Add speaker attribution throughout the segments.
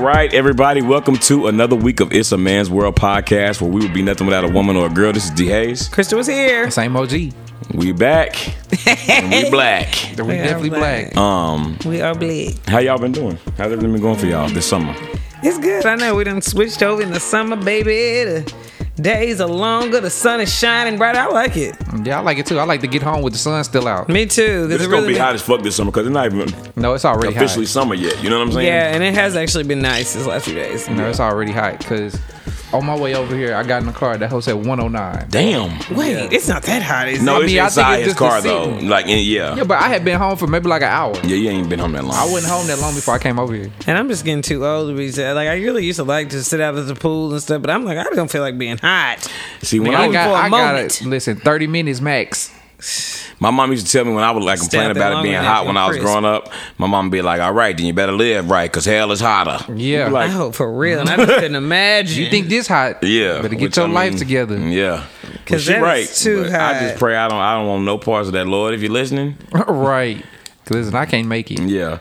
Speaker 1: right, everybody, welcome to another week of It's a Man's World podcast, where we would be nothing without a woman or a girl. This is D Hayes.
Speaker 2: Crystal was here.
Speaker 3: Same OG. We
Speaker 1: We back. and we black.
Speaker 3: definitely black.
Speaker 1: Um,
Speaker 2: We are black.
Speaker 1: how y'all been doing? How's everything been going for y'all this summer?
Speaker 2: It's good. I know we done switched over in the summer, baby. The days are longer. The sun is shining bright. I like it.
Speaker 3: Um, Yeah, I like it too. I like to get home with the sun still out.
Speaker 2: Me too. 'cause
Speaker 1: It's
Speaker 2: it
Speaker 1: gonna be
Speaker 2: really-
Speaker 1: hot as fuck this summer because it's not even
Speaker 3: No, it's already
Speaker 1: officially
Speaker 3: hot.
Speaker 1: summer yet. You know what I'm saying?
Speaker 2: Yeah, and it has actually been nice these last few days.
Speaker 3: No, it's already hot because on my way over here, I got in the car. That oh hoe said 109.
Speaker 1: Damn.
Speaker 2: Wait, it's not that hot, is
Speaker 1: No,
Speaker 2: it?
Speaker 3: I
Speaker 1: it's
Speaker 3: mean, I think
Speaker 1: inside
Speaker 3: it's
Speaker 1: his
Speaker 3: just the
Speaker 1: car though.
Speaker 3: seating.
Speaker 1: Like, in, yeah.
Speaker 3: Yeah, but I had been home for maybe like an hour.
Speaker 1: Yeah, you ain't been home that long.
Speaker 3: I wasn't home that long before I came over here.
Speaker 2: And I'm just getting too old to be sad. Like I really used to like to sit out at the pool and stuff, but I'm like I don't feel like being hot.
Speaker 1: See, when
Speaker 3: Man,
Speaker 1: I
Speaker 3: I
Speaker 1: was,
Speaker 3: got,
Speaker 2: for a
Speaker 3: I got
Speaker 2: moment.
Speaker 3: it. Listen, 30 minutes max.
Speaker 1: my mom used to tell me when I would like complain
Speaker 2: out there
Speaker 1: about it
Speaker 2: longer
Speaker 1: being
Speaker 2: than
Speaker 1: hot
Speaker 2: you
Speaker 1: when I was
Speaker 2: crisp.
Speaker 1: growing up. My mom would be like, "All right, then you better live right, cause hell is hotter."
Speaker 3: Yeah.
Speaker 1: Like-
Speaker 2: I hope for real, and I just couldn't imagine.
Speaker 3: you think this hot?
Speaker 1: Yeah,
Speaker 3: Better get
Speaker 1: which,
Speaker 3: your
Speaker 1: I
Speaker 3: life
Speaker 1: mean, mm.
Speaker 3: together.
Speaker 1: Yeah, Well,
Speaker 2: 'Cause
Speaker 1: she
Speaker 2: that is
Speaker 1: right.
Speaker 2: too
Speaker 1: but I just
Speaker 2: high.
Speaker 1: pray I don't. I don't want no parts of that, Lord. If you're listening,
Speaker 3: right. 'Cause Listen, I can't make it.
Speaker 1: yeah.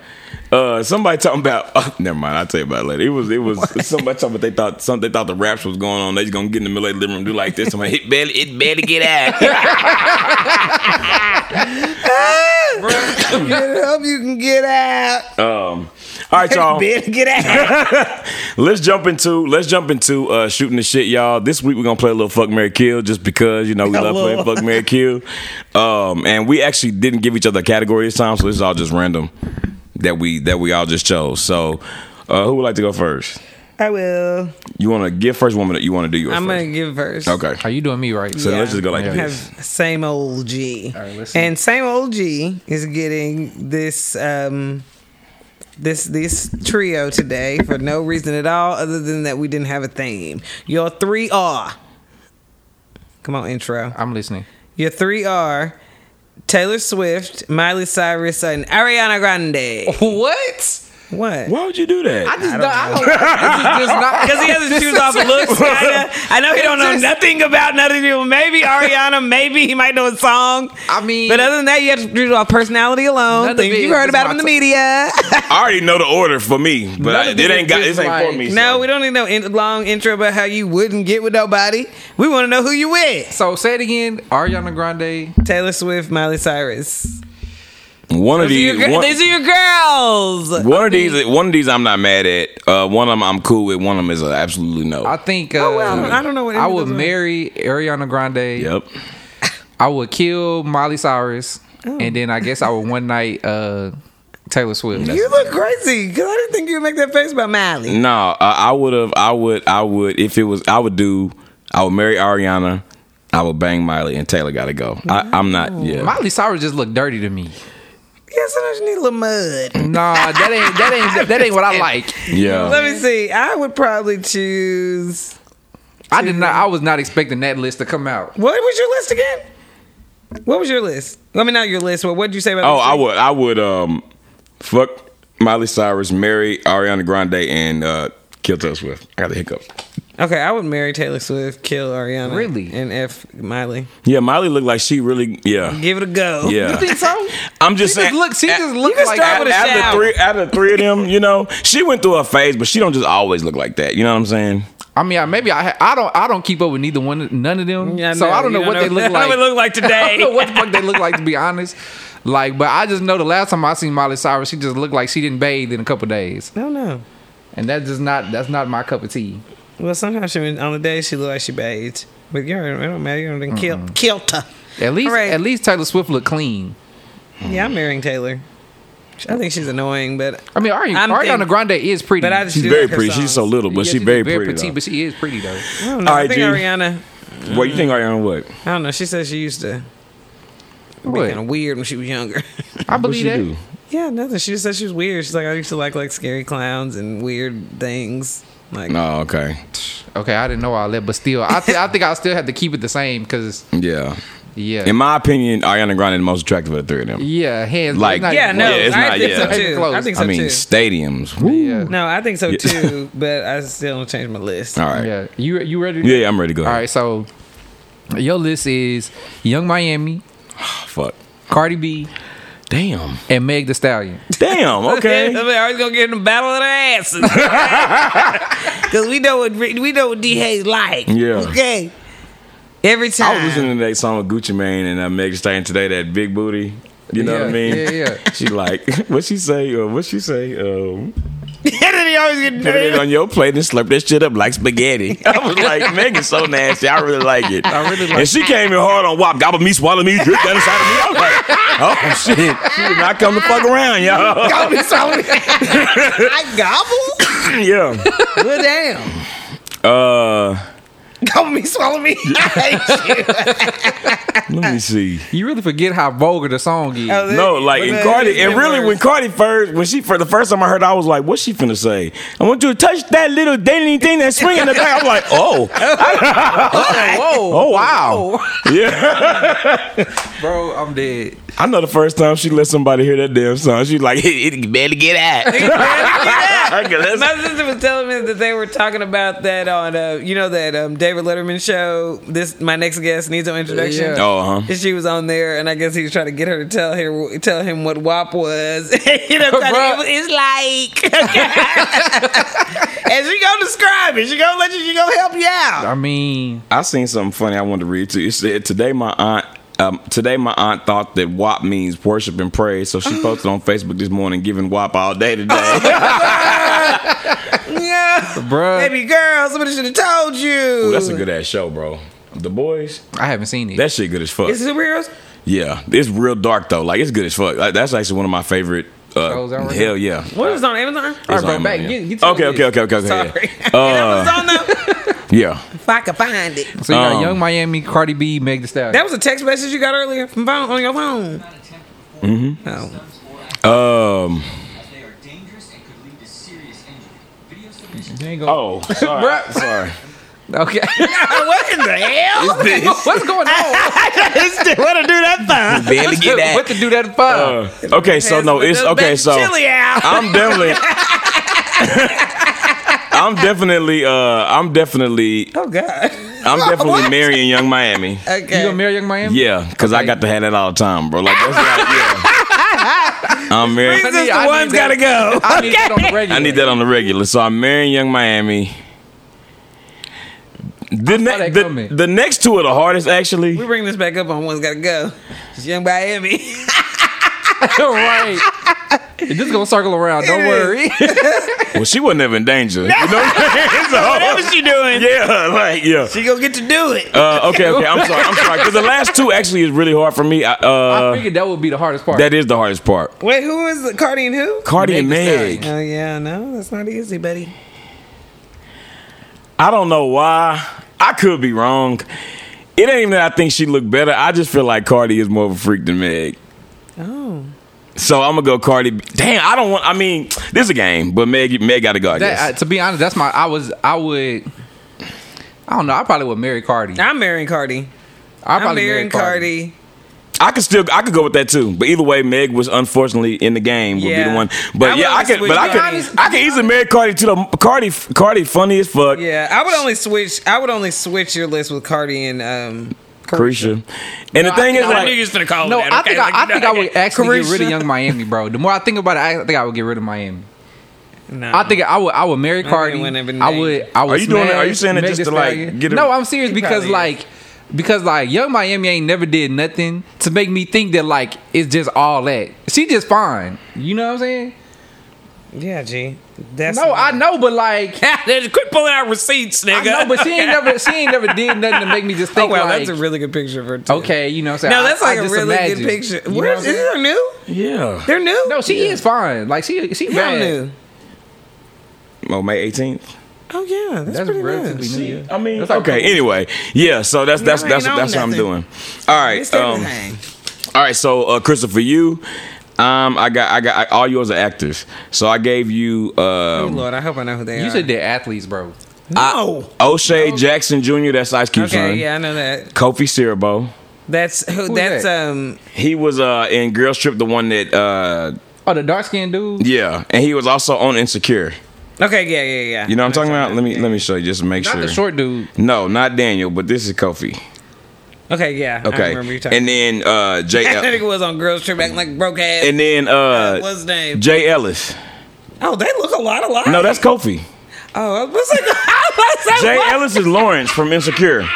Speaker 1: Uh, somebody talking about. oh, never mind. I'll tell you about it later. It was. It was somebody talking about they thought something. They thought the raps was going on. They just gonna get in the middle of the living room, do like this. Somebody hit belly. It better get out.
Speaker 2: I hope you can get out.
Speaker 1: um. All right, y'all.
Speaker 2: Better get out.
Speaker 1: Let's jump into let's jump into uh, shooting the shit, y'all. This week we're gonna play a little fuck Mary Kill just because you know we
Speaker 2: A
Speaker 1: love playing
Speaker 2: little.
Speaker 1: fuck Mary Kill, um, and we actually didn't give each other a category this time, so this is all just random that we that we all just chose. So uh, who would like to go first?
Speaker 2: I will.
Speaker 1: You want to give first woman that you want to do yours
Speaker 2: I'm gonna
Speaker 1: first.
Speaker 2: give verse.
Speaker 1: okay,
Speaker 3: Are you doing me right?
Speaker 1: so let's just go like
Speaker 3: Yeah.
Speaker 2: have
Speaker 1: this.
Speaker 2: same old G.
Speaker 3: right, let's see.
Speaker 2: and same old G is getting this um this this trio today for no reason at all other than that we didn't have a theme. Your 3 are Come on intro.
Speaker 3: I'm listening.
Speaker 2: Your 3 are Taylor Swift, Miley Cyrus and Ariana Grande.
Speaker 3: Oh. What?
Speaker 2: What?
Speaker 1: Why would you do
Speaker 3: I
Speaker 1: that?
Speaker 3: just, don't- I don't, I just not.
Speaker 2: Because he has his shoes off looks. Kinda. I know he don't know
Speaker 3: It's just-
Speaker 2: nothing about none of you. Maybe Ariana. Maybe he might know a song.
Speaker 3: I mean-
Speaker 2: but other than that, you have to do off personality
Speaker 3: None
Speaker 2: alone.
Speaker 3: of
Speaker 2: Things
Speaker 3: it
Speaker 2: you heard
Speaker 3: is
Speaker 2: about him
Speaker 3: my
Speaker 2: in the
Speaker 3: t-
Speaker 2: media.
Speaker 1: I already know the order for me, but
Speaker 3: None
Speaker 1: I,
Speaker 3: of
Speaker 1: it
Speaker 3: this
Speaker 1: ain't got
Speaker 3: is
Speaker 1: this ain't for
Speaker 3: like-
Speaker 1: me.
Speaker 2: no,
Speaker 1: so.
Speaker 2: we don't need no in- long intro about how you wouldn't get with nobody. We want to know who you with.
Speaker 3: So say it again. Ariana Grande.
Speaker 2: Taylor Swift, Miley Cyrus.
Speaker 1: One of
Speaker 2: These are
Speaker 1: these.
Speaker 2: your, gir-
Speaker 1: one-
Speaker 2: these are your girls.
Speaker 1: One of these, one of these, I'm not mad at. Uh, one of them, I'm cool with. One of them is a absolutely no.
Speaker 3: I think. Uh,
Speaker 2: Oh, well, I don't- I don't know what any
Speaker 3: I
Speaker 2: of
Speaker 3: would
Speaker 2: those are.
Speaker 3: marry Ariana Grande.
Speaker 1: yep.
Speaker 3: I would kill Miley Cyrus,
Speaker 2: Oh.
Speaker 3: and then I guess I would one night uh, Taylor Swift.
Speaker 2: You look crazy because I didn't think you'd make that face about Miley.
Speaker 1: No, uh, I would have. I would. I would. If it was, I would do. I would marry Ariana. I would bang Miley and Taylor. Got to go. I, I'm not. Yeah.
Speaker 3: Miley Cyrus just looked dirty to me.
Speaker 2: Yeah, sometimes you need a little mud.
Speaker 3: Nah, that ain't that ain't that ain't what I like.
Speaker 1: yeah.
Speaker 2: Let me see. I would probably choose.
Speaker 3: I did not. I was not expecting that list to come out.
Speaker 2: What was your list again? What was your list? I mean, not your list. But what did you say about?
Speaker 1: Oh,
Speaker 2: this
Speaker 1: I
Speaker 2: list?
Speaker 1: would. I would. Um, fuck Miley Cyrus, marry Ariana Grande, and uh, kill Taylor Swift. I got the hiccup.
Speaker 2: Okay, I would marry Taylor Swift, kill Ariana,
Speaker 3: Really?
Speaker 2: and f Miley.
Speaker 1: Yeah, Miley looked like she really. Yeah.
Speaker 2: Give it a go.
Speaker 1: Yeah.
Speaker 3: You think so?
Speaker 1: I'm just
Speaker 3: She
Speaker 1: saying.
Speaker 3: just look. She
Speaker 1: at-
Speaker 3: just look
Speaker 2: can
Speaker 3: like.
Speaker 2: start
Speaker 1: out,
Speaker 2: with a
Speaker 1: out of the
Speaker 2: shower.
Speaker 1: three, out of the three of them, you know, she went through a phase, but she don't just always look like that. You know what I'm saying?
Speaker 3: I mean, I, maybe I ha- I don't I don't keep up with neither one none of them.
Speaker 2: Yeah, I
Speaker 3: so
Speaker 2: know.
Speaker 3: I don't
Speaker 2: You
Speaker 3: know what they look like.
Speaker 2: What they look like
Speaker 3: I don't know
Speaker 2: today.
Speaker 3: what the fuck they look like to be honest. Like, but I just know the last time I seen Miley Cyrus, she just looked like she didn't bathe in a couple days,
Speaker 2: no, no.
Speaker 3: and that's just not that's not my cup of tea.
Speaker 2: Well, sometimes she was- on the day she looked like she bathed, but you don't, it don't matter. You don't even kill killed her.
Speaker 3: At least
Speaker 2: All right.
Speaker 3: at least Taylor Swift looked clean.
Speaker 2: Yeah, I'm marrying Taylor. I think she's annoying, but
Speaker 3: I mean, Ari,
Speaker 2: I'm
Speaker 3: Ariana
Speaker 2: think-
Speaker 3: Grande is pretty.
Speaker 2: but I just
Speaker 1: She's
Speaker 2: do
Speaker 1: very
Speaker 2: like her
Speaker 1: pretty. She's
Speaker 2: songs.
Speaker 1: so little, but
Speaker 3: Yeah,
Speaker 1: she
Speaker 3: she's
Speaker 1: very, pretty. though.
Speaker 3: but she is pretty though.
Speaker 2: I don't know.
Speaker 1: All
Speaker 2: I
Speaker 1: right,
Speaker 2: think
Speaker 1: G.
Speaker 2: Ariana.
Speaker 1: What you think Ariana what?
Speaker 2: I don't know. She said she used to be
Speaker 3: What?
Speaker 2: kind of weird when she was younger.
Speaker 3: I
Speaker 1: What she
Speaker 3: believe that.
Speaker 1: do?
Speaker 2: Yeah, nothing. She just said she was weird. She's like, I used to like like scary clowns and weird things. Like,
Speaker 1: Oh, okay.
Speaker 3: Okay, I didn't know all that, but still, I th- I think I still had to keep it the same because
Speaker 1: Yeah.
Speaker 3: yeah,
Speaker 1: In my opinion, Ariana Grande is the most attractive of the three of them.
Speaker 3: yeah, hands
Speaker 1: Like-
Speaker 3: it's not
Speaker 2: yeah,
Speaker 3: even
Speaker 2: no,
Speaker 1: Yeah,
Speaker 3: close.
Speaker 1: it's
Speaker 2: I
Speaker 1: not-
Speaker 2: think
Speaker 1: yeah.
Speaker 2: so too.
Speaker 3: Close.
Speaker 2: I think so
Speaker 1: I mean,
Speaker 2: too.
Speaker 1: stadiums. Woo.
Speaker 3: Yeah.
Speaker 2: no, I think so too. but I still don't change my list.
Speaker 1: All right. Yeah.
Speaker 3: Yeah, you you ready? to-
Speaker 1: I'm ready to go.
Speaker 3: All right, so your list is Young Miami,
Speaker 1: Fuck.
Speaker 3: Cardi B,
Speaker 1: Damn.
Speaker 3: and Meg the Stallion.
Speaker 1: Damn.
Speaker 2: I
Speaker 1: Okay.
Speaker 2: mean, always gonna get in the battle of the asses. Cause we know what we know what D Hayes like.
Speaker 1: Yeah.
Speaker 2: Okay. Every
Speaker 1: I
Speaker 2: time.
Speaker 1: was listening to that song with Gucci Mane and uh, Meg Thee Stallion today. That big booty. You know what I
Speaker 3: Yeah,
Speaker 1: mean?
Speaker 3: yeah, yeah.
Speaker 1: She like what she say? Uh, what she say? Um,
Speaker 2: and then he always get
Speaker 1: put it on your plate and slurp that shit up like spaghetti. I was like, Meg is so nasty. I really like it.
Speaker 3: I really like-
Speaker 1: And she came in hard on WAP. Gobble me, swallow me, drip that inside of me. I was like, oh shit, she did not come to fuck around, y'all.
Speaker 2: I gobble.
Speaker 1: yeah.
Speaker 2: well, damn.
Speaker 1: Uh,
Speaker 2: Gobble me, swallow me. I hate you.
Speaker 1: let me see.
Speaker 3: You really forget how vulgar the song is.
Speaker 2: Oh,
Speaker 1: No, like
Speaker 2: But
Speaker 1: in
Speaker 2: that-
Speaker 1: Cardi,
Speaker 2: it's
Speaker 1: and
Speaker 2: been
Speaker 1: really
Speaker 2: worse.
Speaker 1: when Cardi first, when she for the first time I heard, I was like, "What's she finna say?" I want you to touch that little dainty thing that's swinging the back. I'm like, "Oh,
Speaker 3: Whoa,
Speaker 1: oh wow, yeah."
Speaker 3: bro, I'm dead.
Speaker 1: I know the first time she let somebody hear that damn song, she like, "It, it better get out."
Speaker 2: My sister was telling me that they were talking about that on, uh, you know, that um, David Letterman show. This my next guest needs no introduction.
Speaker 3: Yeah.
Speaker 1: Oh, huh.
Speaker 2: And she was on there, and I guess he was trying to get her to tell her tell him what WAP was. you know, 'cause
Speaker 3: Bruh.
Speaker 2: it was- it's like, and she gonna describe it. She gonna let you. She gonna help you out.
Speaker 3: I mean,
Speaker 1: I seen something funny I wanted to read to you. It said today my aunt um, today my aunt thought that WAP means worship and praise, so
Speaker 3: Oh.
Speaker 1: she posted on Facebook this morning giving WAP all day today.
Speaker 2: Yeah,
Speaker 3: bro,
Speaker 2: baby girl, somebody should have told you.
Speaker 1: That's a good ass show, bro. The boys,
Speaker 3: I haven't seen it.
Speaker 1: that shit good as fuck.
Speaker 2: It's superheroes.
Speaker 1: yeah, it's real dark though. Like it's good as fuck. Like, that's actually one of my favorite. Uh,
Speaker 3: Shows out right
Speaker 1: hell yeah.
Speaker 2: What is it on Amazon?
Speaker 1: It's
Speaker 3: bro,
Speaker 1: on
Speaker 3: back-
Speaker 1: Amazon.
Speaker 3: get- get to
Speaker 1: okay,
Speaker 3: the
Speaker 1: okay, okay, okay, okay.
Speaker 2: Sorry,
Speaker 1: Uh,
Speaker 2: it was on though.
Speaker 1: Yeah.
Speaker 2: if I could find it.
Speaker 3: so you got
Speaker 1: um,
Speaker 3: Young Miami, Cardi B, Meg the Stallion.
Speaker 2: That was a text message you got earlier from phone, on your phone. Mm-hmm. Oh.
Speaker 1: Um.
Speaker 4: They are dangerous and could lead to serious injury. Video submission
Speaker 3: You ain't gonna-
Speaker 1: Oh, sorry.
Speaker 3: Bruh.
Speaker 1: sorry.
Speaker 3: Okay,
Speaker 2: what in the hell?
Speaker 3: what's going on?
Speaker 2: what to do that phone?
Speaker 1: Barely get that.
Speaker 3: What to do that for?
Speaker 1: Uh, okay, so no, it's okay. So
Speaker 2: chili out.
Speaker 1: I'm definitely. I'm definitely. Uh, I'm definitely.
Speaker 2: Oh God.
Speaker 1: I'm definitely
Speaker 2: What?
Speaker 1: marrying Young Miami.
Speaker 2: Okay.
Speaker 3: you gonna marry Young Miami?
Speaker 1: Yeah, because I
Speaker 3: Okay.
Speaker 1: got to have that all the time, bro. Like that's like, yeah. I'm marrying.
Speaker 2: This is
Speaker 3: I
Speaker 2: the
Speaker 3: need
Speaker 2: one's
Speaker 3: that.
Speaker 2: gotta go.
Speaker 3: I need that on the regular.
Speaker 1: I need that on the regular. So I'm marrying Young Miami. The, ne-
Speaker 3: that
Speaker 1: the,
Speaker 3: coming.
Speaker 1: the next two are the hardest, actually.
Speaker 2: We bring this back up on one's gotta go. It's Young Miami.
Speaker 3: right. It's just gonna circle around. Don't
Speaker 2: It is.
Speaker 3: worry.
Speaker 1: Well, she wasn't ever in danger. You know what I'm saying? So-
Speaker 2: she doing?
Speaker 1: yeah, like yeah.
Speaker 2: She gonna get to do it.
Speaker 1: Uh, okay, okay. I'm sorry. I'm sorry. Because the last two actually is really hard for me. I,
Speaker 3: I
Speaker 1: uh,
Speaker 3: figured that would be the hardest part.
Speaker 1: that is the hardest part.
Speaker 2: Wait, who is the Cardi and who?
Speaker 1: Cardi and
Speaker 3: Meg Thee
Speaker 1: Meg.
Speaker 2: Oh yeah, no, that's not easy, buddy.
Speaker 1: I don't know why. I could be wrong. It ain't even that I think she looked better. I just feel like Cardi is more of a freak than Meg.
Speaker 2: Oh.
Speaker 1: So I'm gonna go Cardi. B. Damn, I don't want. I mean, this is a game, but Meg, Meg got to go. I
Speaker 3: That-
Speaker 1: guess.
Speaker 3: I- to be honest, that's my. I was. I would. I don't know. I probably would marry Cardi. I
Speaker 2: I'm marrying Cardi.
Speaker 3: probably
Speaker 2: I'm marrying
Speaker 3: marry Cardi.
Speaker 2: Cardi.
Speaker 1: I could still I could go with that too. But either way, Meg was unfortunately in the game would be
Speaker 2: Yeah.
Speaker 1: the one.
Speaker 2: I
Speaker 1: But
Speaker 2: would
Speaker 1: yeah, I
Speaker 2: always
Speaker 1: could
Speaker 2: switch
Speaker 1: but I could
Speaker 2: Cardi.
Speaker 1: I could easily marry Cardi too. though. Cardi Cardi funny as fuck.
Speaker 2: Yeah, I would only switch. I would only switch your list with Cardi and um.
Speaker 1: Carisha. And the
Speaker 3: No,
Speaker 1: thing
Speaker 3: I-
Speaker 1: is
Speaker 3: no, I
Speaker 1: like
Speaker 3: knew
Speaker 1: you
Speaker 2: gonna call
Speaker 3: No, I think I, I think I would actually get rid
Speaker 2: Carisha.
Speaker 3: of Young Miami, bro. The more I think about it, I think I would get rid of Miami.
Speaker 2: No.
Speaker 3: I think I would I would marry Cardi.
Speaker 2: Uh-huh. wouldn't have been
Speaker 3: I
Speaker 2: named.
Speaker 3: would I would.
Speaker 1: Are you doing it-
Speaker 3: smash
Speaker 1: are you saying it
Speaker 3: Meg
Speaker 1: just
Speaker 3: Thee
Speaker 1: to, like,
Speaker 3: Stallion.
Speaker 1: get a-
Speaker 3: No, I'm serious
Speaker 2: He
Speaker 3: because
Speaker 2: probably
Speaker 3: like because like Young Miami ain't never did nothing to make me think that like it's just all that. She just fine. You know what I'm saying?
Speaker 2: Yeah, G. That's
Speaker 3: No, I know, but like
Speaker 2: Quit pulling out receipts, nigga.
Speaker 3: I know, but she ain't never she ain't never did nothing to make me just
Speaker 2: Oh
Speaker 3: think
Speaker 2: wow,
Speaker 3: like
Speaker 2: that's a really good picture of her. Too.
Speaker 3: okay, you know what I'm saying?
Speaker 2: No, that's
Speaker 3: I- I
Speaker 2: like a
Speaker 3: just
Speaker 2: really
Speaker 3: imagine.
Speaker 2: good picture.
Speaker 3: You know
Speaker 2: Where
Speaker 3: what I'm
Speaker 2: is, is
Speaker 3: saying?
Speaker 2: her new?
Speaker 1: Yeah.
Speaker 2: They're new.
Speaker 3: No, she is fine. Like she she
Speaker 2: Hell
Speaker 3: bad.
Speaker 2: new.
Speaker 1: Oh, May 18th.
Speaker 2: Oh yeah, that's,
Speaker 3: That's
Speaker 2: pretty
Speaker 3: relatively
Speaker 2: good.
Speaker 3: new. yeah.
Speaker 1: I mean,
Speaker 3: That's like
Speaker 1: okay. Anyway, yeah. So that's that's
Speaker 2: Y'all
Speaker 1: that's
Speaker 2: ain't
Speaker 1: that's, what
Speaker 2: on
Speaker 1: I'm
Speaker 2: nothing.
Speaker 1: doing. All
Speaker 2: It's
Speaker 1: right,
Speaker 2: still
Speaker 1: um,
Speaker 2: the same.
Speaker 1: all right. So uh, Christopher, you, um, I got I got I, all yours are actors. So I gave you
Speaker 2: oh
Speaker 1: um,
Speaker 2: Lord, I hope I know who they are.
Speaker 3: You said they're athletes, bro.
Speaker 2: no.
Speaker 1: O'Shea Jackson Jr. That's Ice Cube's
Speaker 2: okay,
Speaker 1: son.
Speaker 2: yeah, I know that.
Speaker 1: Kofi Cerebo.
Speaker 2: That's who. that's
Speaker 3: that?
Speaker 2: um.
Speaker 1: He was uh in Girls Trip, the one that uh
Speaker 3: Oh, the dark skinned dude.
Speaker 1: yeah, and he was also on Insecure.
Speaker 2: Okay, yeah, yeah, yeah.
Speaker 1: You know what I'm talking about? Let me let me show you just to make
Speaker 3: Not
Speaker 1: sure.
Speaker 3: the short dude.
Speaker 1: no, not Daniel, but this is Kofi.
Speaker 2: Okay, yeah. I
Speaker 1: Okay,
Speaker 2: remember you talking.
Speaker 1: and then uh, Jay El-
Speaker 2: that nigga was on girls trip acting like broke ass.
Speaker 1: and then uh,
Speaker 2: What's his name?
Speaker 1: Jay Ellis.
Speaker 2: oh, they look a lot alike.
Speaker 1: No, that's Kofi.
Speaker 2: Oh, I was like, I was like,
Speaker 1: Jay
Speaker 2: what?
Speaker 1: Ellis is Lawrence from Insecure.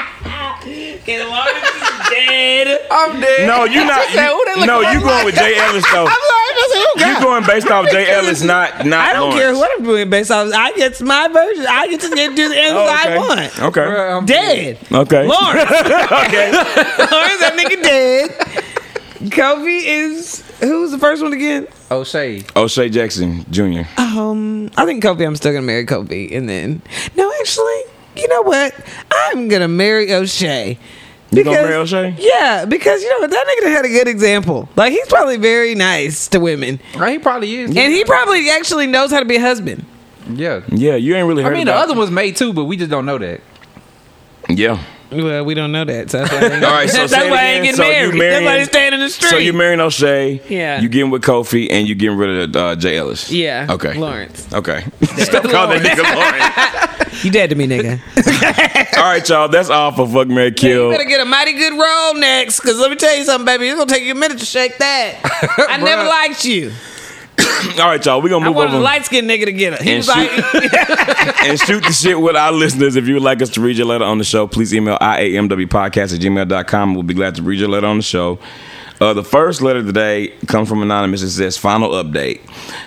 Speaker 2: And Lawrence is dead.
Speaker 3: I'm dead.
Speaker 1: No, you not.
Speaker 3: She said, "Who they
Speaker 1: You,
Speaker 3: look
Speaker 1: no,
Speaker 3: like?"
Speaker 1: you going with Jay Ellis though.
Speaker 2: I'm sorry, that's who got.
Speaker 1: You going based off Jay Ellis, not not.
Speaker 2: I don't
Speaker 1: Lawrence.
Speaker 2: care what I'm doing based on. I get my version. I get to get do the answers
Speaker 1: Oh,
Speaker 2: I
Speaker 1: okay.
Speaker 2: want.
Speaker 1: Okay.
Speaker 3: Bruh, I'm
Speaker 2: Dead.
Speaker 1: Okay.
Speaker 2: Lawrence.
Speaker 1: okay.
Speaker 2: Lawrence, that nigga dead. Kobe is who's the first one again?
Speaker 3: O'Shea.
Speaker 1: O'Shea Jackson Jr.
Speaker 2: Um, I think Kobe. I'm still gonna marry Kobe, and then no, actually, you know what? I'm gonna marry O'Shea.
Speaker 1: You gonna marry O'Shea?
Speaker 2: Yeah, because you know what? That nigga done had a good example. Like he's probably very nice to women,
Speaker 3: Right, he probably is.
Speaker 2: and he probably actually knows how to be a husband.
Speaker 3: yeah.
Speaker 1: Yeah, you ain't really
Speaker 3: I
Speaker 1: heard.
Speaker 3: mean, the
Speaker 1: about
Speaker 3: other one's made too, but we just don't know that.
Speaker 1: Yeah.
Speaker 2: Well, we don't know that. So that's why I ain't,
Speaker 1: All right, so
Speaker 2: that's
Speaker 1: say it
Speaker 2: why I ain't
Speaker 1: again.
Speaker 2: getting
Speaker 1: So you
Speaker 2: married. that's
Speaker 1: marrying-
Speaker 2: why they staying in the street.
Speaker 1: So you marrying O'Shea.
Speaker 2: Yeah.
Speaker 1: You getting with Kofi and you getting rid of uh, Jay Ellis.
Speaker 2: Yeah,
Speaker 1: Okay.
Speaker 2: Lawrence.
Speaker 1: Okay. Stop calling that nigga Lawrence.
Speaker 2: you dead to me, nigga.
Speaker 1: All right, y'all. That's all for Fuck Mary
Speaker 2: You
Speaker 1: Kill.
Speaker 2: better get a mighty good roll next, because let me tell you something, baby. It's gonna take you a minute to shake that. I never
Speaker 3: Bruh.
Speaker 2: liked you.
Speaker 1: All right, y'all. We gonna
Speaker 2: I
Speaker 1: move
Speaker 2: wanted a
Speaker 1: over
Speaker 2: light skinned nigga to get it. He
Speaker 1: And
Speaker 2: was like,
Speaker 1: and shoot the shit with our listeners. If you would like us to read your letter on the show, please email iamwpodcast at gmail.com. We'll be glad to read your letter on the show. Uh, the first letter today comes from anonymous. It says "Final update."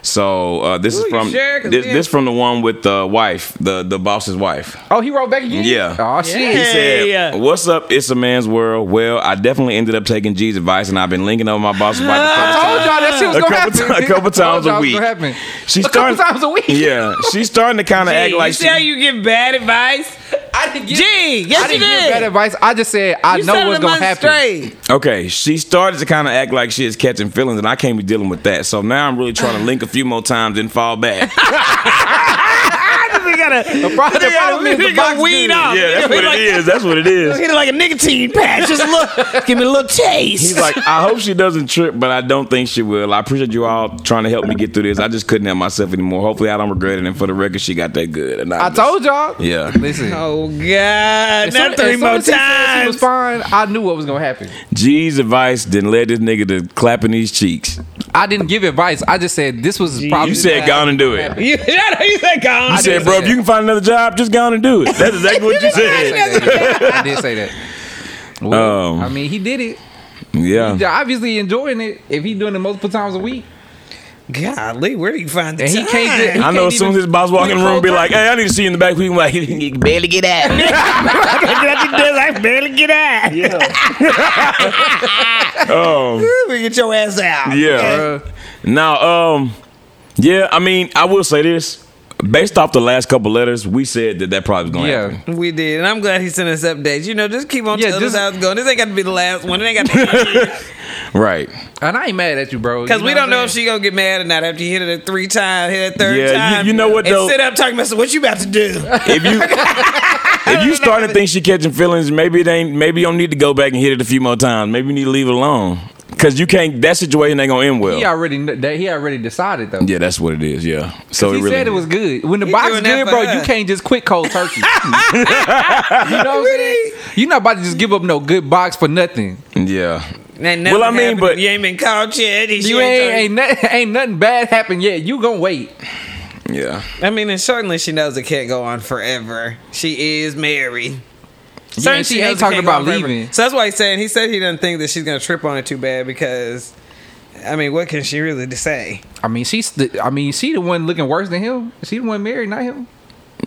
Speaker 1: So uh, this
Speaker 3: Ooh,
Speaker 1: is
Speaker 3: you
Speaker 1: from
Speaker 3: sure? 'Cause
Speaker 1: this,
Speaker 3: we-
Speaker 1: this from the one with the wife, the the boss's wife.
Speaker 3: Oh, he wrote back again.
Speaker 1: Yeah.
Speaker 3: Oh shit.
Speaker 1: He said,
Speaker 2: Hey.
Speaker 1: "What's up? It's a man's world." Well, I definitely ended up taking G's advice, and I've been linking up with my boss's wife. a couple
Speaker 3: I told y'all that shit was
Speaker 1: a
Speaker 3: gonna
Speaker 1: couple, ti-
Speaker 3: happen.
Speaker 1: a couple
Speaker 3: I told
Speaker 1: times
Speaker 3: y'all
Speaker 1: a
Speaker 3: it was
Speaker 1: week.
Speaker 3: gonna happen.
Speaker 1: She's
Speaker 3: A couple
Speaker 1: starting,
Speaker 3: times a week.
Speaker 1: Yeah, she's starting to kind of act like
Speaker 2: you see how you give bad advice?
Speaker 3: I didn't give,
Speaker 2: Gee, yes,
Speaker 3: I didn't
Speaker 2: you
Speaker 3: give
Speaker 2: did.
Speaker 3: bad advice. I just said I
Speaker 2: You
Speaker 3: know
Speaker 2: settled
Speaker 3: what's
Speaker 2: a
Speaker 3: gonna
Speaker 2: month
Speaker 3: happen.
Speaker 2: straight.
Speaker 1: Okay, she started to kind of act like she is catching feelings, and I can't be dealing with that. So now I'm really trying to link a few more times and fall back.
Speaker 2: We gotta,
Speaker 3: The problem, the
Speaker 2: Nigga,
Speaker 3: problem is the
Speaker 2: nigga,
Speaker 3: box
Speaker 2: weed
Speaker 3: dude.
Speaker 2: out.
Speaker 1: yeah, that's what it is. That's what it is.
Speaker 2: hit it like a nicotine patch. Just a look, give me a little taste.
Speaker 1: He's like, I hope she doesn't trip, but I don't think she will. I appreciate you all trying to help me get through this. I just couldn't help myself anymore. Hopefully, I don't regret it. And for the record, she got that good. And
Speaker 3: I told y'all.
Speaker 1: Yeah.
Speaker 3: Listen.
Speaker 2: oh God,
Speaker 3: as soon-
Speaker 2: not three
Speaker 3: as soon
Speaker 2: more
Speaker 3: as he said She was
Speaker 2: times.
Speaker 3: fine. I knew what was gonna happen.
Speaker 1: G's advice then led this nigga to clapping these cheeks.
Speaker 3: I didn't give advice. I just said this was probably.
Speaker 1: You said, go on and do it.
Speaker 2: You, you said gone.
Speaker 1: You said, bro, if you can find another job, just go on and do it. That's exactly what you
Speaker 3: I
Speaker 1: said.
Speaker 3: did say that. I did say that. Well,
Speaker 1: Um,
Speaker 3: I mean, he did it.
Speaker 1: Yeah.
Speaker 3: He's obviously enjoying it. If he doing it multiple times a week,
Speaker 2: Golly, where do you find the
Speaker 3: And he
Speaker 2: time?
Speaker 3: can't get-
Speaker 1: I know
Speaker 3: can't
Speaker 1: as soon as
Speaker 3: even
Speaker 1: his boss walk in the
Speaker 3: control
Speaker 1: room, be like, "Hey, I need to see you in the back." We can like, "You can barely get out."
Speaker 2: I barely get out.
Speaker 1: Oh,
Speaker 2: We get your ass out.
Speaker 1: yeah. Now, um, yeah. I mean, I will say this: based off the last couple letters, we said that that probably was going to
Speaker 3: Yeah.
Speaker 1: happen.
Speaker 2: We did, and I'm glad he sent us updates. You know, just keep on
Speaker 3: Yeah,
Speaker 2: telling
Speaker 3: just-
Speaker 2: us how it's going. This ain't got to be the last one. It ain't got to
Speaker 1: Right?
Speaker 3: and I ain't mad at you, bro.
Speaker 2: because
Speaker 3: You
Speaker 2: we don't
Speaker 3: what
Speaker 2: know
Speaker 3: I'm
Speaker 2: if she gonna get mad or not after you hit it three times, hit it third
Speaker 1: Yeah, you-
Speaker 2: time.
Speaker 1: you know what,
Speaker 2: And
Speaker 1: though?
Speaker 2: sit up talking about so what you about to do.
Speaker 1: If you if you starting to think she catching feelings, maybe it ain't. Maybe you don't need to go back and hit it a few more times. Maybe you need to leave it alone because you can't. That situation ain't gonna end well.
Speaker 3: He already kn- that he already decided though.
Speaker 1: Yeah, that's what it is. Yeah. So
Speaker 3: He
Speaker 1: it really
Speaker 3: said it was good. When the
Speaker 2: He
Speaker 3: box
Speaker 2: doing
Speaker 3: is
Speaker 2: that
Speaker 3: good,
Speaker 2: for
Speaker 3: bro,
Speaker 2: her.
Speaker 3: you can't just quit cold turkey. you know what I'm saying? You're not about to just give up no good box for nothing.
Speaker 1: yeah.
Speaker 2: Ain't
Speaker 1: Well, I
Speaker 2: nothing
Speaker 1: mean,
Speaker 2: happened.
Speaker 1: but-
Speaker 2: you ain't been called yet. She
Speaker 3: You
Speaker 2: ain't
Speaker 3: ain't ain't, nothing, ain't nothing bad happened yet. You gonna wait.
Speaker 1: Yeah.
Speaker 2: talking- I mean, and certainly she knows it can't go on forever. She is married.
Speaker 3: Yeah, and
Speaker 2: Certainly
Speaker 3: she
Speaker 2: knows
Speaker 3: ain't
Speaker 2: it
Speaker 3: talking
Speaker 2: can't go
Speaker 3: about
Speaker 2: on forever.
Speaker 3: leaving.
Speaker 2: So that's why he's saying he said he doesn't think that she's gonna trip on it too bad because, I mean, what can she really say?
Speaker 3: I mean, she's. The, I mean, she the one looking worse than him. She the one married, not him.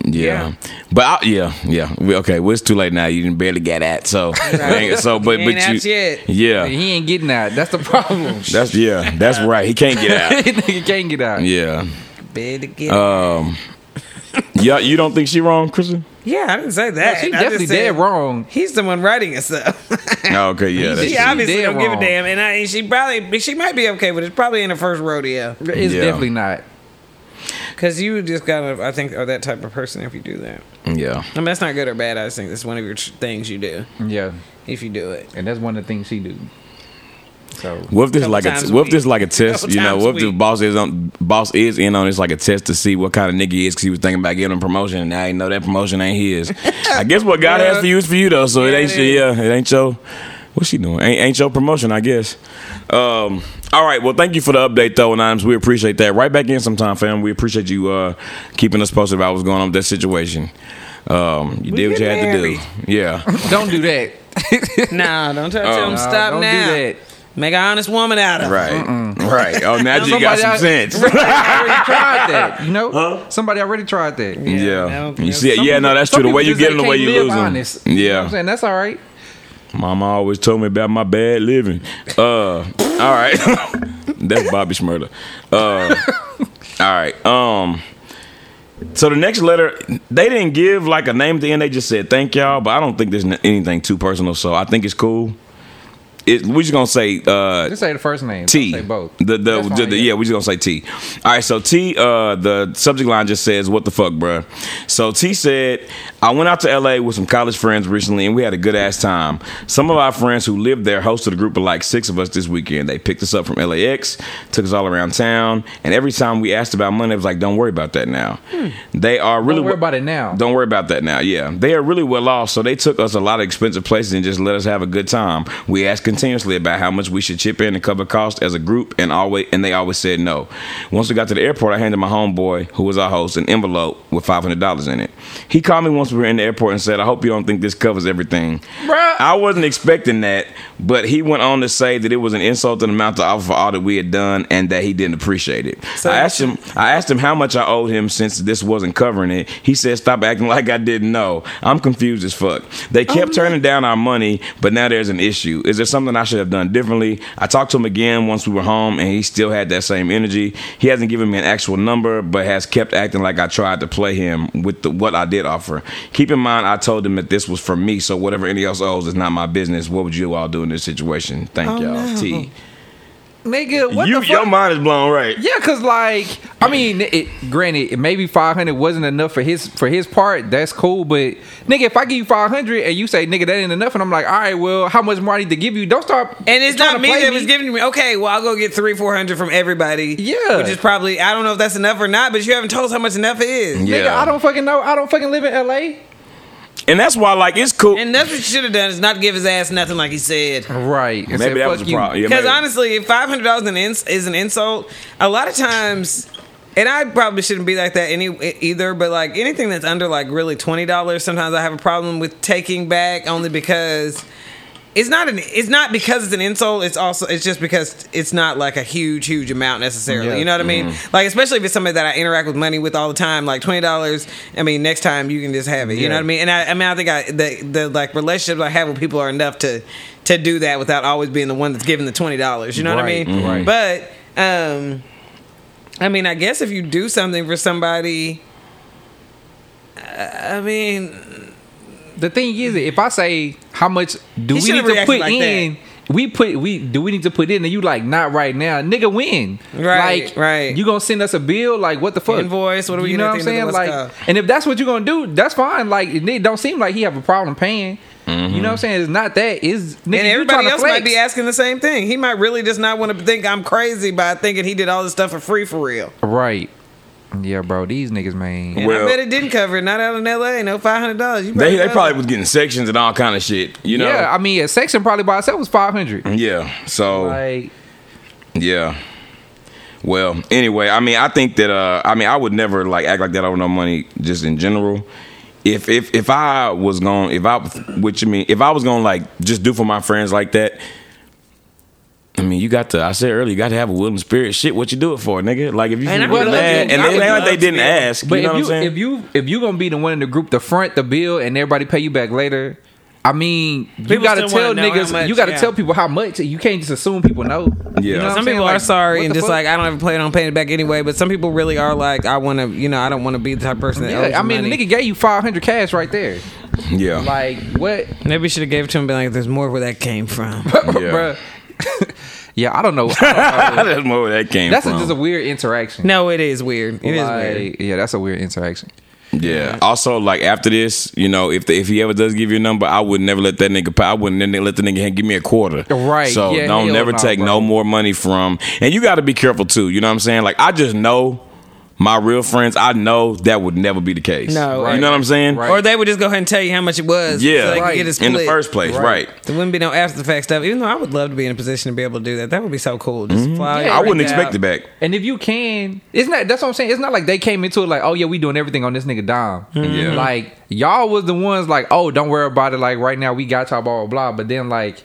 Speaker 1: Yeah. But I, yeah, yeah. We, okay, well, it's too late now. You didn't barely get at. So, so, but
Speaker 2: He
Speaker 1: but
Speaker 2: ain't out
Speaker 1: you,
Speaker 2: yet.
Speaker 1: yeah,
Speaker 3: He ain't getting out. That's the problem.
Speaker 1: that's yeah, that's
Speaker 2: Uh,
Speaker 1: right. He can't get out.
Speaker 3: Nigga can't get out.
Speaker 1: Yeah.
Speaker 2: Better get
Speaker 1: Um. Yeah, you don't think she wrong, Kristen?
Speaker 2: Yeah, I didn't say that.
Speaker 3: She
Speaker 2: I just
Speaker 3: definitely
Speaker 2: said,
Speaker 3: dead wrong.
Speaker 2: He's the one writing us up.
Speaker 1: Oh, okay, yeah, that's
Speaker 2: she
Speaker 3: She
Speaker 2: obviously
Speaker 3: dead
Speaker 2: don't give a
Speaker 3: wrong.
Speaker 2: damn, and I, she probably she might be okay with it. Probably in the first rodeo,
Speaker 3: It's
Speaker 1: Yeah.
Speaker 3: definitely not.
Speaker 2: because you just kind of I think are that type of person if you do that.
Speaker 1: yeah.
Speaker 2: I mean, that's not good or bad. I just think that's one of your tr- things you do
Speaker 3: Yeah,
Speaker 2: if you do it.
Speaker 3: and that's one of the things she do. So
Speaker 1: What if this
Speaker 2: Couple
Speaker 1: like a
Speaker 2: times a
Speaker 1: what if this
Speaker 2: week.
Speaker 1: like a test?
Speaker 2: Couple
Speaker 1: You know,
Speaker 2: times
Speaker 1: what if
Speaker 2: a
Speaker 1: the
Speaker 2: week.
Speaker 1: boss is on boss is in on this like a test to see what kind of nigga he is because he was thinking about getting a promotion and now he know that promotion ain't his. I guess what God
Speaker 3: Yeah.
Speaker 1: has for you is for you though, so it
Speaker 2: Yeah,
Speaker 1: ain't
Speaker 2: it is.
Speaker 1: yeah, it ain't your What's she doing? Ain't, ain't your promotion, I guess. Um, all right. Well, thank you for the update, though, and Adams. We appreciate that. Right back in sometime, fam. We appreciate you uh, keeping us posted about what's going on with that situation. Um, you did what you
Speaker 2: get
Speaker 1: had
Speaker 2: married.
Speaker 1: to do. Yeah.
Speaker 3: Don't do that.
Speaker 2: Nah, don't tell, tell
Speaker 1: Oh.
Speaker 2: him
Speaker 1: Nah,
Speaker 2: stop
Speaker 3: don't do
Speaker 2: now.
Speaker 3: that.
Speaker 2: Make an honest woman out of her.
Speaker 1: Right. Right. Oh, now you got
Speaker 3: Somebody
Speaker 1: some
Speaker 3: out-
Speaker 1: sense.
Speaker 3: I already tried that. You know, somebody already tried that.
Speaker 1: Yeah.
Speaker 2: no,
Speaker 1: you
Speaker 2: no,
Speaker 1: see,
Speaker 3: Some
Speaker 1: yeah, no,
Speaker 3: people-
Speaker 1: that's true.
Speaker 3: some
Speaker 1: The
Speaker 3: people
Speaker 1: way you
Speaker 3: just
Speaker 1: get them, the
Speaker 3: can't
Speaker 1: way you
Speaker 3: live
Speaker 1: lose them.
Speaker 3: honest. You know what I'm
Speaker 1: Yeah.
Speaker 3: saying that's all right.
Speaker 1: Mama always told me about my bad living. Uh, all right. That's Bobby Schmurda. Uh, all right. Um, so the next letter, they didn't give like a name at the end. They just said thank y'all, but I don't think there's n- anything too personal. So I think it's cool. It, we're just gonna say uh,
Speaker 3: Just say the first name.
Speaker 1: T.
Speaker 3: Don't say both.
Speaker 1: The the,
Speaker 3: That's fine,
Speaker 1: the- the- yeah. we just gonna say T. All right, so T. Uh, the subject line just says, "What the fuck, bruh? So T said, "I went out to LA with some college friends recently, and we had a good ass time. Some of our friends who lived there hosted a group of like six of us this weekend. They picked us up from LAX, took us all around town, and every time we asked about money, it was like, "Don't worry about that now. They are really
Speaker 3: Hmm. Don't worry about it now.
Speaker 1: don't worry about that now. Yeah, they are really well off, so they took us a lot of expensive places and just let us have a good time. We asked continuously about how much we should chip in to cover costs as a group, and always and they always said no. Once we got to the airport, I handed my homeboy, who was our host, an envelope with five hundred dollars in it. He called me once we were in the airport and said, "I hope you don't think this covers everything."
Speaker 3: Bruh.
Speaker 1: I wasn't expecting that, but he went on to say that it was an insulting amount to offer for all that we had done, and that he didn't appreciate it.
Speaker 2: So-
Speaker 1: I asked him. I asked him how much I owed him since this wasn't covering it. He said, "Stop acting like I didn't know." I'm confused as fuck. They kept turning down our money, but now there's an issue. Is there something I should have done differently? I talked to him again once we were home, and he still had that same energy. He hasn't given me an actual number, but has kept acting like I tried to play him with the, what I did offer. Keep in mind, I told him that this was for me, so whatever any else owes is not my business. What would you all do in this situation? Thank
Speaker 2: Oh,
Speaker 1: y'all.
Speaker 2: no.
Speaker 1: T.
Speaker 3: Nigga, what
Speaker 1: You,
Speaker 3: the fuck?
Speaker 1: your mind is blown, right?
Speaker 3: Yeah, cause like I mean, it, granted, maybe five hundred wasn't enough for his for his part. That's cool, but nigga, if I give you five hundred and you say nigga that ain't enough, and I'm like, all right, well, how much more I need to give you? Don't start.
Speaker 2: And it's not
Speaker 3: trying to
Speaker 2: me
Speaker 3: play
Speaker 2: that was giving me. Okay, well, I'll go get three, four hundred from everybody.
Speaker 3: Yeah.
Speaker 2: which is probably I don't know if that's enough or not, but you haven't told us how much enough is.
Speaker 3: Nigga,
Speaker 1: Yeah.
Speaker 3: I don't fucking know. I don't fucking live in L.A.
Speaker 1: And that's why, like, it's cool.
Speaker 2: And that's what you should have done is not give his ass nothing like he said.
Speaker 3: Right.
Speaker 1: Maybe
Speaker 3: And said,
Speaker 1: that
Speaker 3: "Fuck
Speaker 1: was a
Speaker 3: you."
Speaker 1: problem. Yeah,
Speaker 2: Because
Speaker 1: maybe.
Speaker 2: honestly, five hundred dollars an ins- is an insult. A lot of times, and I probably shouldn't be like that any e, either. But like anything that's under like really twenty dollars, sometimes I have a problem with taking back only because it's not an it's not because it's an insult. It's also it's just because it's not like a huge huge amount necessarily.
Speaker 3: Yeah.
Speaker 2: You know what I mean?
Speaker 3: Mm-hmm.
Speaker 2: Like especially if it's somebody that I interact with money with all the time, like twenty dollars. I mean, next time you can just have it. You
Speaker 3: Yeah.
Speaker 2: know what I mean? And I, I mean, I think I the the like relationships I have with people are enough to to do that without always being the one that's giving the twenty dollars. You know what I
Speaker 3: Right,
Speaker 2: mean?
Speaker 3: right.
Speaker 2: But um, I mean, I guess if you do something for somebody. uh, I I mean,
Speaker 3: The thing is, if I say how much
Speaker 2: He
Speaker 3: do we
Speaker 2: should've
Speaker 3: need to
Speaker 2: reacted
Speaker 3: put
Speaker 2: like
Speaker 3: in, we put we do we need to put in, and you like not right now, nigga. When
Speaker 2: Right,
Speaker 3: like,
Speaker 2: right.
Speaker 3: You gonna send us a bill? Like what the fuck?
Speaker 2: Invoice, what are we
Speaker 3: You
Speaker 2: gonna
Speaker 3: know what
Speaker 2: do
Speaker 3: I'm
Speaker 2: at the end
Speaker 3: saying?
Speaker 2: of the
Speaker 3: Like,
Speaker 2: month?
Speaker 3: and if that's what you're gonna do, that's fine. Like it it don't seem like he have a problem paying. You know what I'm saying? It's not that. Is nigga,
Speaker 2: and
Speaker 3: you
Speaker 2: everybody
Speaker 3: tryna
Speaker 2: else
Speaker 3: flex.
Speaker 2: might be asking the same thing. He might really just not want to think I'm crazy by thinking he did all this stuff for free for real.
Speaker 3: right. Yeah, bro. These niggas, man.
Speaker 2: And
Speaker 1: Well-
Speaker 2: I bet it didn't cover it. Not out in L.A. No five hundred dollars.
Speaker 1: They, they probably was getting sections and all kind of shit, you know.
Speaker 3: Yeah, I mean, a section probably by itself was five hundred.
Speaker 1: Yeah. So
Speaker 3: Like,
Speaker 1: yeah. Well, anyway, I mean, I think that uh, I mean, I would never like act like that over no money, just in general. If if if I was going, if I what you mean, if I was going to like just do for my friends like that. I mean, you got to. I said earlier, you got to have a willing spirit. Shit, what you do it for, nigga? Like if you
Speaker 2: And I
Speaker 1: and
Speaker 2: would
Speaker 1: mad,
Speaker 2: love
Speaker 1: and
Speaker 2: to- I
Speaker 1: they ain't
Speaker 2: would
Speaker 1: like they
Speaker 2: love to
Speaker 1: didn't
Speaker 2: be able-
Speaker 1: ask.
Speaker 3: But
Speaker 1: you know what I'm
Speaker 3: if you
Speaker 1: saying?
Speaker 3: if you if you gonna be the one in the group to front the bill and everybody pay you back later, I mean you
Speaker 2: People
Speaker 3: gotta
Speaker 2: still
Speaker 3: tell
Speaker 2: wanna know how
Speaker 3: niggas
Speaker 2: much,
Speaker 3: you gotta
Speaker 2: yeah.
Speaker 3: tell people how much. You can't just assume people know.
Speaker 1: Yeah.
Speaker 3: You know what I'm
Speaker 2: Some
Speaker 3: saying?
Speaker 2: people
Speaker 3: Like,
Speaker 2: are sorry
Speaker 3: what
Speaker 2: and
Speaker 3: the
Speaker 2: just
Speaker 3: fuck?
Speaker 2: like I don't ever plan on paying it back anyway. But some people really are like I want to, you know, I don't want to be the type of person "Oh, that. owes
Speaker 3: Yeah, I
Speaker 2: you
Speaker 3: mean
Speaker 2: money.
Speaker 3: the nigga gave you five hundred cash right there.
Speaker 1: yeah,
Speaker 3: Like what
Speaker 2: maybe should have gave it to him. and Been like, there's more where that came from.
Speaker 3: bruh. yeah, I don't know. I don't know.
Speaker 1: that's more where that came
Speaker 3: That's a,
Speaker 1: from.
Speaker 3: just a weird interaction.
Speaker 2: no, it is weird. It is
Speaker 3: Like,
Speaker 2: weird.
Speaker 3: Yeah, that's a weird interaction.
Speaker 1: Yeah. Also, like after this, you know, if the, if he ever does give you a number, I would never let that nigga. pay. I wouldn't then let the nigga hand- give me a quarter.
Speaker 3: Right.
Speaker 1: So
Speaker 3: Yeah,
Speaker 1: don't
Speaker 3: hell
Speaker 1: never
Speaker 3: nah,
Speaker 1: take
Speaker 3: bro.
Speaker 1: no more money from. And you got to be careful too. You know what I'm saying? Like I just know my real friends, I know that would never be the case.
Speaker 2: No.
Speaker 1: you
Speaker 2: Right.
Speaker 1: know what I'm saying?
Speaker 3: Right.
Speaker 2: Or they would just go ahead and tell you how much it was.
Speaker 1: Yeah,
Speaker 2: so they could
Speaker 3: Right.
Speaker 2: get it
Speaker 1: In the
Speaker 2: split.
Speaker 1: first place, right?
Speaker 3: Right.
Speaker 2: There wouldn't be no after the fact stuff. Even though I would love to be in a position to be able to do that. That would be so cool. Just fly.
Speaker 3: Yeah,
Speaker 1: Mm-hmm. I
Speaker 2: right
Speaker 1: wouldn't
Speaker 2: now.
Speaker 1: expect it back.
Speaker 3: And if you can, it's not. That's what I'm saying. It's not like they came into it like, oh yeah, we doing everything on this nigga dime.
Speaker 1: Mm-hmm. Yeah.
Speaker 3: Like y'all was the ones like, oh, don't worry about it. Like right now, we got y'all blah blah blah. But then like,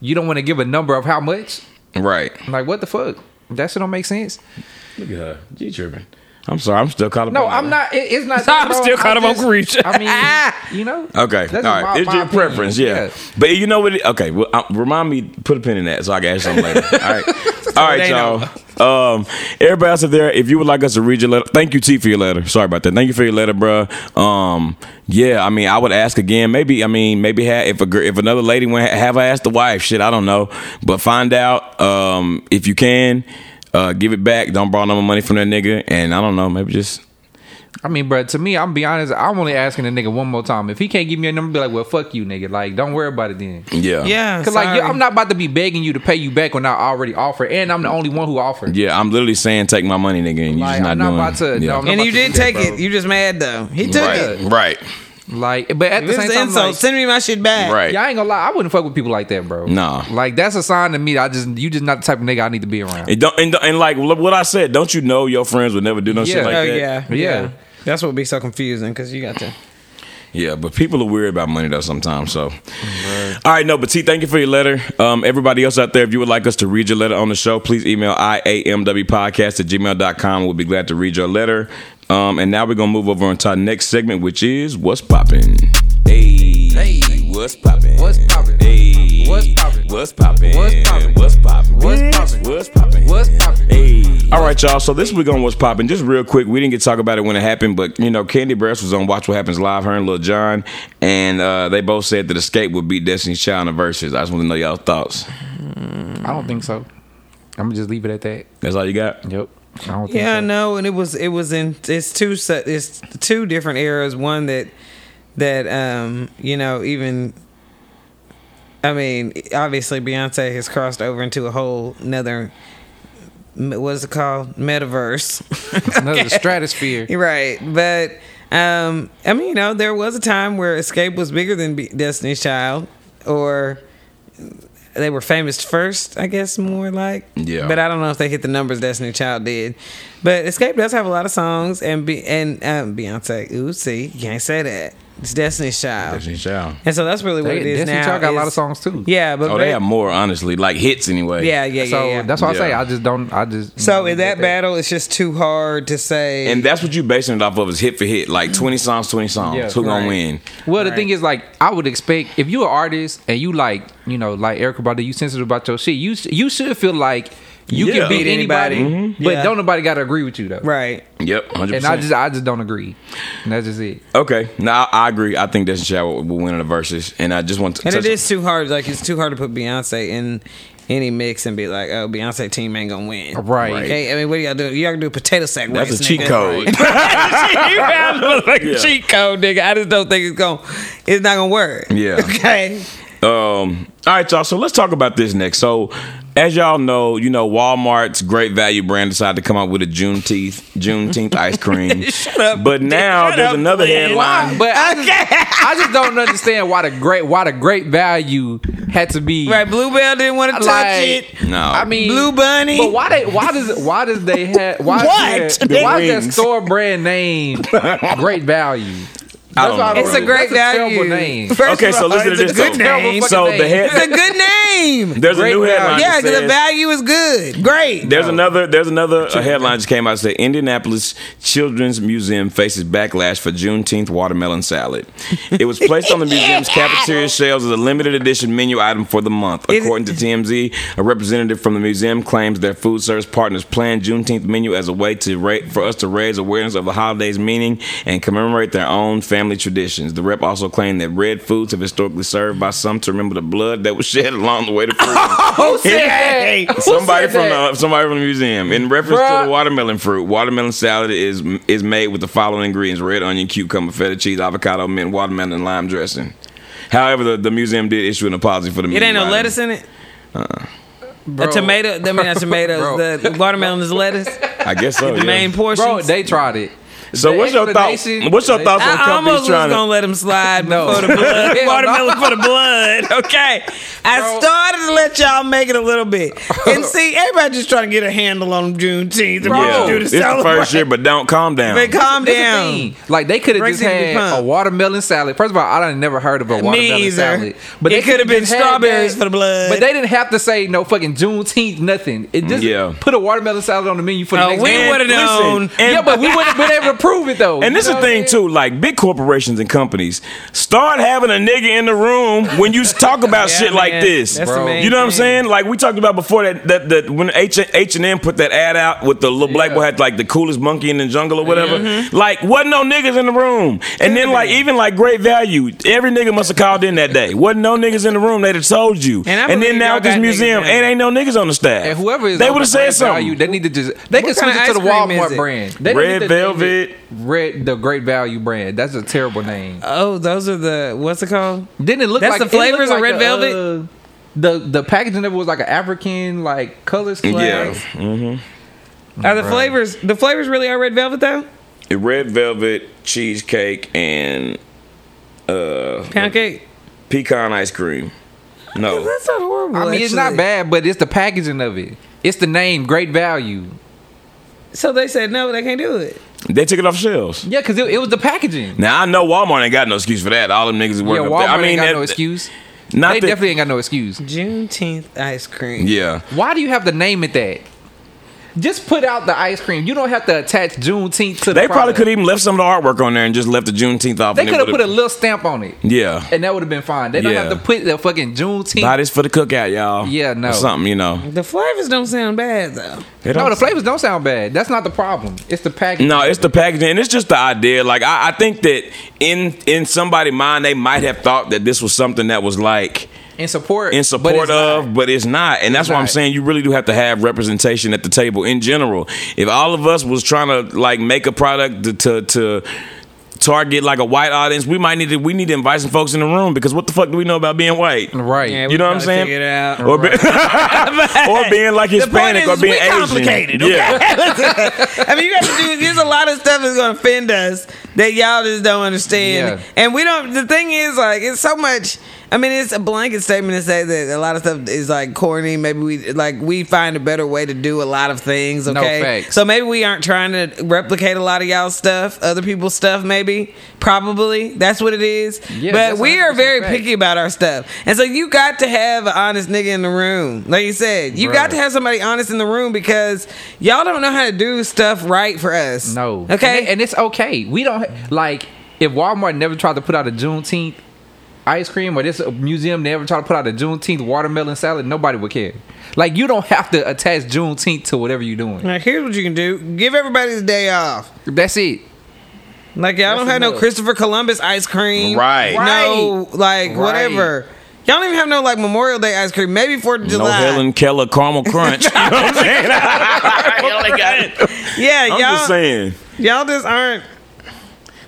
Speaker 3: you don't want to give a number of how much.
Speaker 1: Right.
Speaker 3: Like what the fuck? That shit don't make sense.
Speaker 1: Look at her. G tripping. I'm sorry. I'm still caught up.
Speaker 3: No,
Speaker 1: on
Speaker 3: I'm
Speaker 1: that.
Speaker 3: not. It, it's not.
Speaker 2: I'm
Speaker 3: bro.
Speaker 2: still caught up on
Speaker 3: just-
Speaker 2: Carisha.
Speaker 3: I mean, you know.
Speaker 1: Okay.
Speaker 3: that's
Speaker 1: All right.
Speaker 3: my-
Speaker 1: it's
Speaker 3: my
Speaker 1: your
Speaker 3: opinion.
Speaker 1: preference. Yeah. But you know what? It, okay. Well, uh, remind me. Put a pin in that so I can ask something later. All right. All right,
Speaker 2: They know.
Speaker 1: y'all. Um, everybody else out there, if you would like us to read your letter, thank you, T, for your letter. Sorry about that. Thank you for your letter, bruh. Um, yeah, I mean, I would ask again. Maybe, I mean, maybe ha- if a gir- if another lady went, have I asked the wife? Shit, I don't know. But find out um, if you can. Uh, give it back. Don't borrow no more money from that nigga. And I don't know. Maybe just
Speaker 3: I mean, bro, to me, I'm gonna be honest. I'm only asking the nigga one more time. If he can't give me a number, be like, well, fuck you, nigga. Like, don't worry about it then.
Speaker 1: yeah,
Speaker 2: Yeah.
Speaker 3: Cause like
Speaker 2: sorry.
Speaker 3: yeah, I'm not about to be begging you to pay you back when I already offer, and I'm the only one who offered.
Speaker 1: yeah. I'm literally saying take my money, nigga, and you
Speaker 3: Like,
Speaker 1: just not
Speaker 3: I'm not
Speaker 1: doing.
Speaker 3: about to- no,
Speaker 1: yeah.
Speaker 3: I'm not
Speaker 2: And
Speaker 3: about
Speaker 2: you
Speaker 3: to
Speaker 2: didn't
Speaker 3: do that,
Speaker 2: take
Speaker 3: bro.
Speaker 2: it. You just mad though. He took
Speaker 1: right,
Speaker 2: it.
Speaker 1: right,
Speaker 3: Like, but at
Speaker 2: It was
Speaker 3: the same
Speaker 2: an
Speaker 3: time,
Speaker 2: insult.
Speaker 3: like,
Speaker 2: Send me my shit back.
Speaker 1: right.
Speaker 3: y'all ain't gonna lie, I wouldn't fuck with people like that, bro.
Speaker 1: Nah.
Speaker 3: like that's a sign to me. that I just you just not the type of nigga I need to be around.
Speaker 1: And don't and, and like what I said, don't you know your friends would never do no
Speaker 3: Yeah.
Speaker 1: shit like
Speaker 2: oh
Speaker 1: that?
Speaker 2: yeah, yeah.
Speaker 3: Yeah.
Speaker 2: That's what would be so confusing because you got to.
Speaker 1: Yeah, but people are weird about money though sometimes. So, all right, no, but T, thank you for your letter. Um, everybody else out there, if you would like us to read your letter on the show, please email iamwpodcast at gmail.com. We'll be glad to read your letter. Um, and now we're going to move over into our next segment, which is What's Poppin'? Hey,
Speaker 3: Hey.
Speaker 1: what's poppin'?
Speaker 3: What's poppin'?
Speaker 1: Hey,
Speaker 3: What's poppin'?
Speaker 1: What's poppin'?
Speaker 3: What's poppin'?
Speaker 1: What's poppin'?
Speaker 3: What's
Speaker 1: Bitch,
Speaker 3: poppin'?
Speaker 1: What's poppin'?
Speaker 3: What's poppin'?
Speaker 1: Hey. All right, y'all. So this week on What's Poppin', just real quick, we didn't get to talk about it when it happened, but you know, Candy Brass was on Watch What Happens Live, her and Lil John, and uh, they both said that Escape would beat Destiny's Child in the verses. I just want to know y'all thoughts.
Speaker 3: I don't think so. I'm gonna just leave it at that.
Speaker 1: That's all you got?
Speaker 3: Yep. I don't think
Speaker 2: Yeah,
Speaker 3: so.
Speaker 2: no, and it was it was in it's two se- it's two different eras. One that that um you know even I mean obviously Beyonce has crossed over into a whole another what's it called metaverse.
Speaker 3: It's another stratosphere.
Speaker 2: You're right, but um I mean you know there was a time where Escape was bigger than Be- Destiny's Child or. They were famous first, I guess, more like.
Speaker 1: Yeah.
Speaker 2: But I don't know if they hit the numbers Destiny Child did. But Escape does have a lot of songs, and be, and um, Beyonce, ooh, see, you can't say that. It's Destiny Child,
Speaker 1: Destiny's Child.
Speaker 2: and so that's really what
Speaker 3: They-
Speaker 2: it is
Speaker 3: Destiny
Speaker 2: now.
Speaker 3: Child got a lot of
Speaker 2: is-
Speaker 3: songs, too.
Speaker 2: Yeah, but
Speaker 1: Oh,
Speaker 2: ba-
Speaker 1: they have more, honestly, like hits anyway.
Speaker 2: yeah, yeah, yeah,
Speaker 3: so
Speaker 2: yeah.
Speaker 3: that's what I say.
Speaker 1: Yeah.
Speaker 3: I just don't. I just
Speaker 2: so in that battle, it's just too hard to say.
Speaker 1: And that's what you basing it off of is hit for hit, like 20 songs, 20 songs.
Speaker 3: Yeah,
Speaker 1: Who gonna
Speaker 3: right.
Speaker 1: win?
Speaker 3: Well, the thing is, like, I would expect if you're an artist and you like, you know, like Erica Badu, you sensitive about your shit. You you should feel like you
Speaker 1: Yeah.
Speaker 3: can beat
Speaker 2: Beat
Speaker 3: anybody,
Speaker 2: anybody. Mm-hmm.
Speaker 3: but
Speaker 2: Yeah.
Speaker 3: don't nobody got to agree with you though.
Speaker 2: right,
Speaker 1: Yep, 100%.
Speaker 3: And I just I just don't agree. And that's just it.
Speaker 1: okay, no, I, I agree. I think Destiny's Child will, will win in the verses, and I just want to
Speaker 2: and
Speaker 1: touch
Speaker 2: it is too hard. Like it's too hard to put Beyonce in any mix and be like, oh, Beyonce team ain't gonna win.
Speaker 3: Right.
Speaker 2: Okay. I mean, what do y'all do? Y'all can do potato sack.
Speaker 1: That's
Speaker 2: race,
Speaker 1: a cheat
Speaker 2: nigga.
Speaker 1: code.
Speaker 2: you found it like
Speaker 1: Yeah.
Speaker 2: a cheat code, nigga. I just don't think it's gonna it's not gonna work.
Speaker 1: Yeah.
Speaker 2: Okay.
Speaker 1: Um, all right, y'all. So let's talk about this next. So, as y'all know, you know Walmart's great value brand decided to come out with a Juneteenth Juneteenth ice cream. Shut
Speaker 2: up.
Speaker 1: But now
Speaker 2: Shut
Speaker 1: there's
Speaker 2: up,
Speaker 1: another
Speaker 2: Glenn.
Speaker 1: headline.
Speaker 3: But I just, I just don't understand why the great why the great value had to be
Speaker 2: Right, Bluebell didn't want to touch
Speaker 3: Like,
Speaker 2: it.
Speaker 1: No,
Speaker 3: I mean
Speaker 2: Blue Bunny.
Speaker 3: But why they why does why does they have why
Speaker 2: What?
Speaker 3: Is there, why is that
Speaker 1: Wings.
Speaker 3: store brand name great value?
Speaker 1: I don't
Speaker 3: That's why
Speaker 1: know.
Speaker 3: I
Speaker 2: It's a
Speaker 3: don't-
Speaker 2: great
Speaker 3: that's a terrible
Speaker 2: value.
Speaker 3: name.
Speaker 2: First
Speaker 1: Okay,
Speaker 2: of
Speaker 1: so
Speaker 2: all,
Speaker 1: listen to
Speaker 2: it's
Speaker 1: this.
Speaker 2: a good
Speaker 1: though.
Speaker 2: name.
Speaker 1: So the
Speaker 2: It's
Speaker 1: head
Speaker 2: a good name.
Speaker 1: there's a
Speaker 3: Great
Speaker 1: new headline. that
Speaker 3: value.
Speaker 2: yeah, because the
Speaker 1: says-
Speaker 2: value is good. Great.
Speaker 1: There's another. There's another a headline just came out. It said Indianapolis Children's Museum faces backlash for Juneteenth watermelon salad. It was placed on the museum's cafeteria shelves as a limited edition menu item for the month,
Speaker 2: Is-
Speaker 1: according to TMZ. A representative from the museum claims their food service partners planned Juneteenth menu as a way to ra- for us to raise awareness of the holiday's meaning and commemorate their own family traditions. The rep also claimed that red foods have historically served by some to remember the blood that was shed along the way to freedom.
Speaker 3: Who said that? Who
Speaker 1: Somebody
Speaker 3: said
Speaker 1: from uh,
Speaker 3: that?
Speaker 1: the somebody from the museum. In reference to
Speaker 3: Bruh.
Speaker 1: the watermelon fruit, watermelon salad is is made with the following ingredients: red onion, cucumber, feta cheese, avocado, mint, watermelon, and lime dressing. However, the, the museum did issue an apology for the.
Speaker 2: it ain't no lettuce in it. A
Speaker 3: Uh-uh. Bro.
Speaker 2: tomato. I mean, not tomatoes.
Speaker 3: Bro.
Speaker 2: The watermelon is lettuce.
Speaker 1: I guess so.
Speaker 2: the
Speaker 1: yeah.
Speaker 2: main portion.
Speaker 3: Bro, they tried it.
Speaker 1: So
Speaker 3: The
Speaker 1: what's your thought?
Speaker 3: explanation-
Speaker 1: What's your
Speaker 3: they-
Speaker 1: thoughts on
Speaker 2: I almost
Speaker 1: companies
Speaker 2: was
Speaker 1: trying
Speaker 2: gonna
Speaker 1: to?
Speaker 2: let him slide
Speaker 3: No.
Speaker 2: before the blood.
Speaker 3: Hell no.
Speaker 2: Watermelon for the blood. Okay. I
Speaker 3: Bro.
Speaker 2: started to let y'all make it a little bit. And see, everybody just trying to get a handle on Juneteenth and
Speaker 3: Bro,
Speaker 2: what
Speaker 1: Yeah,
Speaker 2: to do to
Speaker 1: it's the
Speaker 2: celebrate.
Speaker 1: first year, but don't calm down.
Speaker 2: But calm
Speaker 3: That's the
Speaker 2: down.
Speaker 3: thing. Like they could have
Speaker 2: Brexit
Speaker 3: just
Speaker 2: be
Speaker 3: had
Speaker 2: pumped.
Speaker 3: a watermelon salad. First of all, I done never heard of a watermelon
Speaker 2: either.
Speaker 3: salad.
Speaker 2: It coulda
Speaker 3: they coulda
Speaker 2: been
Speaker 3: just had
Speaker 2: strawberries for the blood.
Speaker 3: But they didn't have to say no fucking Juneteenth, nothing. It just
Speaker 1: Yeah.
Speaker 3: put a watermelon salad on the menu for the
Speaker 2: Uh,
Speaker 3: next
Speaker 2: we
Speaker 3: day.
Speaker 2: would have
Speaker 1: listen,
Speaker 2: known.
Speaker 1: and-
Speaker 3: yeah, but we wouldn't have been able to prove it though.
Speaker 1: And this is
Speaker 3: You
Speaker 1: the
Speaker 3: know
Speaker 1: thing
Speaker 3: what
Speaker 1: too, like big corporations and companies start having a nigga in the room when you talk about
Speaker 2: Yeah,
Speaker 1: shit like
Speaker 2: man.
Speaker 1: this.
Speaker 2: That's
Speaker 3: the Bro. main
Speaker 1: You know what I'm
Speaker 2: thing.
Speaker 1: saying? Like we talked about before that that, that when H H and M put that ad out with the little black
Speaker 3: Yeah.
Speaker 1: boy had like the coolest monkey in the jungle or whatever.
Speaker 3: Mm-hmm.
Speaker 1: Like wasn't no niggas in the room. And then like even like great value, every nigga must have called in that day. Wasn't no niggas in the room. They'd have told you.
Speaker 2: And I
Speaker 1: And,
Speaker 2: believe
Speaker 1: then now
Speaker 2: y'all
Speaker 1: at this
Speaker 2: got niggas
Speaker 1: museum,
Speaker 2: in there.
Speaker 1: and ain't no niggas on the staff.
Speaker 3: And whoever is
Speaker 1: they
Speaker 3: on
Speaker 1: would have said
Speaker 3: the Great value,
Speaker 1: something.
Speaker 3: they need to just they can
Speaker 2: What kind
Speaker 3: switch
Speaker 2: of
Speaker 3: it to the
Speaker 2: ice cream is
Speaker 3: Walmart
Speaker 2: it?
Speaker 3: brand. They
Speaker 1: Red
Speaker 3: need to name it
Speaker 1: Velvet.
Speaker 3: Red the Great Value brand. That's a terrible name.
Speaker 2: Oh, those are the what's it called?
Speaker 3: Didn't it look
Speaker 2: That's
Speaker 3: like
Speaker 2: the
Speaker 3: it looked
Speaker 2: flavors of
Speaker 3: like
Speaker 2: Red
Speaker 3: a,
Speaker 2: Velvet?
Speaker 3: uh, the the packaging of it was like an African like colors
Speaker 1: yeah,
Speaker 3: flags.
Speaker 2: Are the
Speaker 3: Right.
Speaker 2: flavors the flavors really are red velvet though?
Speaker 1: red velvet cheesecake and
Speaker 2: Pound cake.
Speaker 1: pecan ice cream. No.
Speaker 2: That's not horrible.
Speaker 3: Oh. I mean, it's not
Speaker 2: actually.
Speaker 3: bad, but it's the packaging of it. It's the name, Great Value.
Speaker 2: So they said no, they can't do it.
Speaker 1: They took it off shelves.
Speaker 3: Yeah, because it, it was the packaging.
Speaker 1: Now I know Walmart ain't got no excuse for that. All them niggas is
Speaker 3: Yeah,
Speaker 1: working
Speaker 3: Walmart
Speaker 1: up there. I mean,
Speaker 3: ain't got
Speaker 1: that-
Speaker 3: no excuse.
Speaker 1: Not
Speaker 3: They
Speaker 1: that-
Speaker 3: definitely ain't got no excuse.
Speaker 2: Juneteenth ice cream.
Speaker 1: Yeah.
Speaker 3: Why do you have to name it that? Just put out the ice cream. You don't have to attach Juneteenth to the
Speaker 1: They probably
Speaker 3: product.
Speaker 1: could even left some of the artwork on there and just left the Juneteenth off.
Speaker 3: They
Speaker 1: and it
Speaker 3: could have
Speaker 1: would've-
Speaker 3: put a little stamp on it,
Speaker 1: Yeah.
Speaker 3: and that would have been fine. They don't
Speaker 1: Yeah.
Speaker 3: have to put the fucking Juneteenth.
Speaker 1: Buy this for the cookout, y'all.
Speaker 3: Yeah, no.
Speaker 1: Or something, you know.
Speaker 2: The flavors don't sound bad though.
Speaker 1: They
Speaker 3: no,
Speaker 1: don't-
Speaker 3: the flavors don't sound bad. That's not the problem. It's the packaging.
Speaker 1: No, it's the packaging. And it's just the idea. Like I, I think that in in somebody's mind, they might have thought that this was something that was like
Speaker 3: in support.
Speaker 1: in
Speaker 3: but
Speaker 1: support
Speaker 3: it's
Speaker 1: of,
Speaker 3: not.
Speaker 1: but it's not. And that's
Speaker 3: It's
Speaker 1: why I'm
Speaker 3: not.
Speaker 1: saying you really do have to have representation at the table in general. If all of us was trying to like make a product to to, to target like a white audience, we might need to we need to invite some folks in the room because what the fuck do we know about being white?
Speaker 3: Right.
Speaker 2: Yeah, we
Speaker 1: You know what I'm
Speaker 2: gotta
Speaker 1: saying?
Speaker 2: figure it out.
Speaker 1: Or, be- or being like Hispanic
Speaker 2: the point
Speaker 1: or
Speaker 2: is,
Speaker 1: being
Speaker 2: we
Speaker 1: Asian.
Speaker 2: complicated. okay?
Speaker 1: Yeah.
Speaker 2: I mean, you got to do. There's a lot of stuff that's going to offend us that y'all just don't understand,
Speaker 3: Yeah.
Speaker 2: and we don't. The thing is, like, it's so much. I mean, it's a blanket statement to say that a lot of stuff is like corny. Maybe we like we find a better way to do a lot of things.
Speaker 3: No
Speaker 2: Okay,
Speaker 3: facts.
Speaker 2: so maybe we aren't trying to replicate a lot of y'all's stuff, other people's stuff. Maybe, probably that's what it is.
Speaker 3: Yeah,
Speaker 2: but
Speaker 3: that's
Speaker 2: we are
Speaker 3: 100%
Speaker 2: very
Speaker 3: fact.
Speaker 2: picky about our stuff, and so you got to have an honest nigga in the room, like you said. You got
Speaker 3: Right.
Speaker 2: to have somebody honest in the room because y'all don't know how to do stuff right for us.
Speaker 3: No.
Speaker 2: Okay.
Speaker 3: And, it- and it's okay. We don't like if Walmart never tried to put out a Juneteenth ice cream or this museum never tried to put out a Juneteenth watermelon salad, nobody would care. Like you don't have to attach Juneteenth to whatever you're doing.
Speaker 2: like, here's what you can do: give everybody the day off.
Speaker 3: That's it.
Speaker 2: Like y'all don't
Speaker 3: That's
Speaker 2: have no
Speaker 3: enough.
Speaker 2: Christopher Columbus ice cream.
Speaker 1: Right.
Speaker 2: No, like
Speaker 3: Right.
Speaker 2: whatever. Y'all don't even have no like Memorial Day ice cream. Maybe Fourth of
Speaker 1: No
Speaker 2: July.
Speaker 1: Helen Keller caramel crunch. You know what I'm saying?
Speaker 2: Yeah,
Speaker 1: I'm
Speaker 2: y'all.
Speaker 1: just saying.
Speaker 2: Y'all just aren't.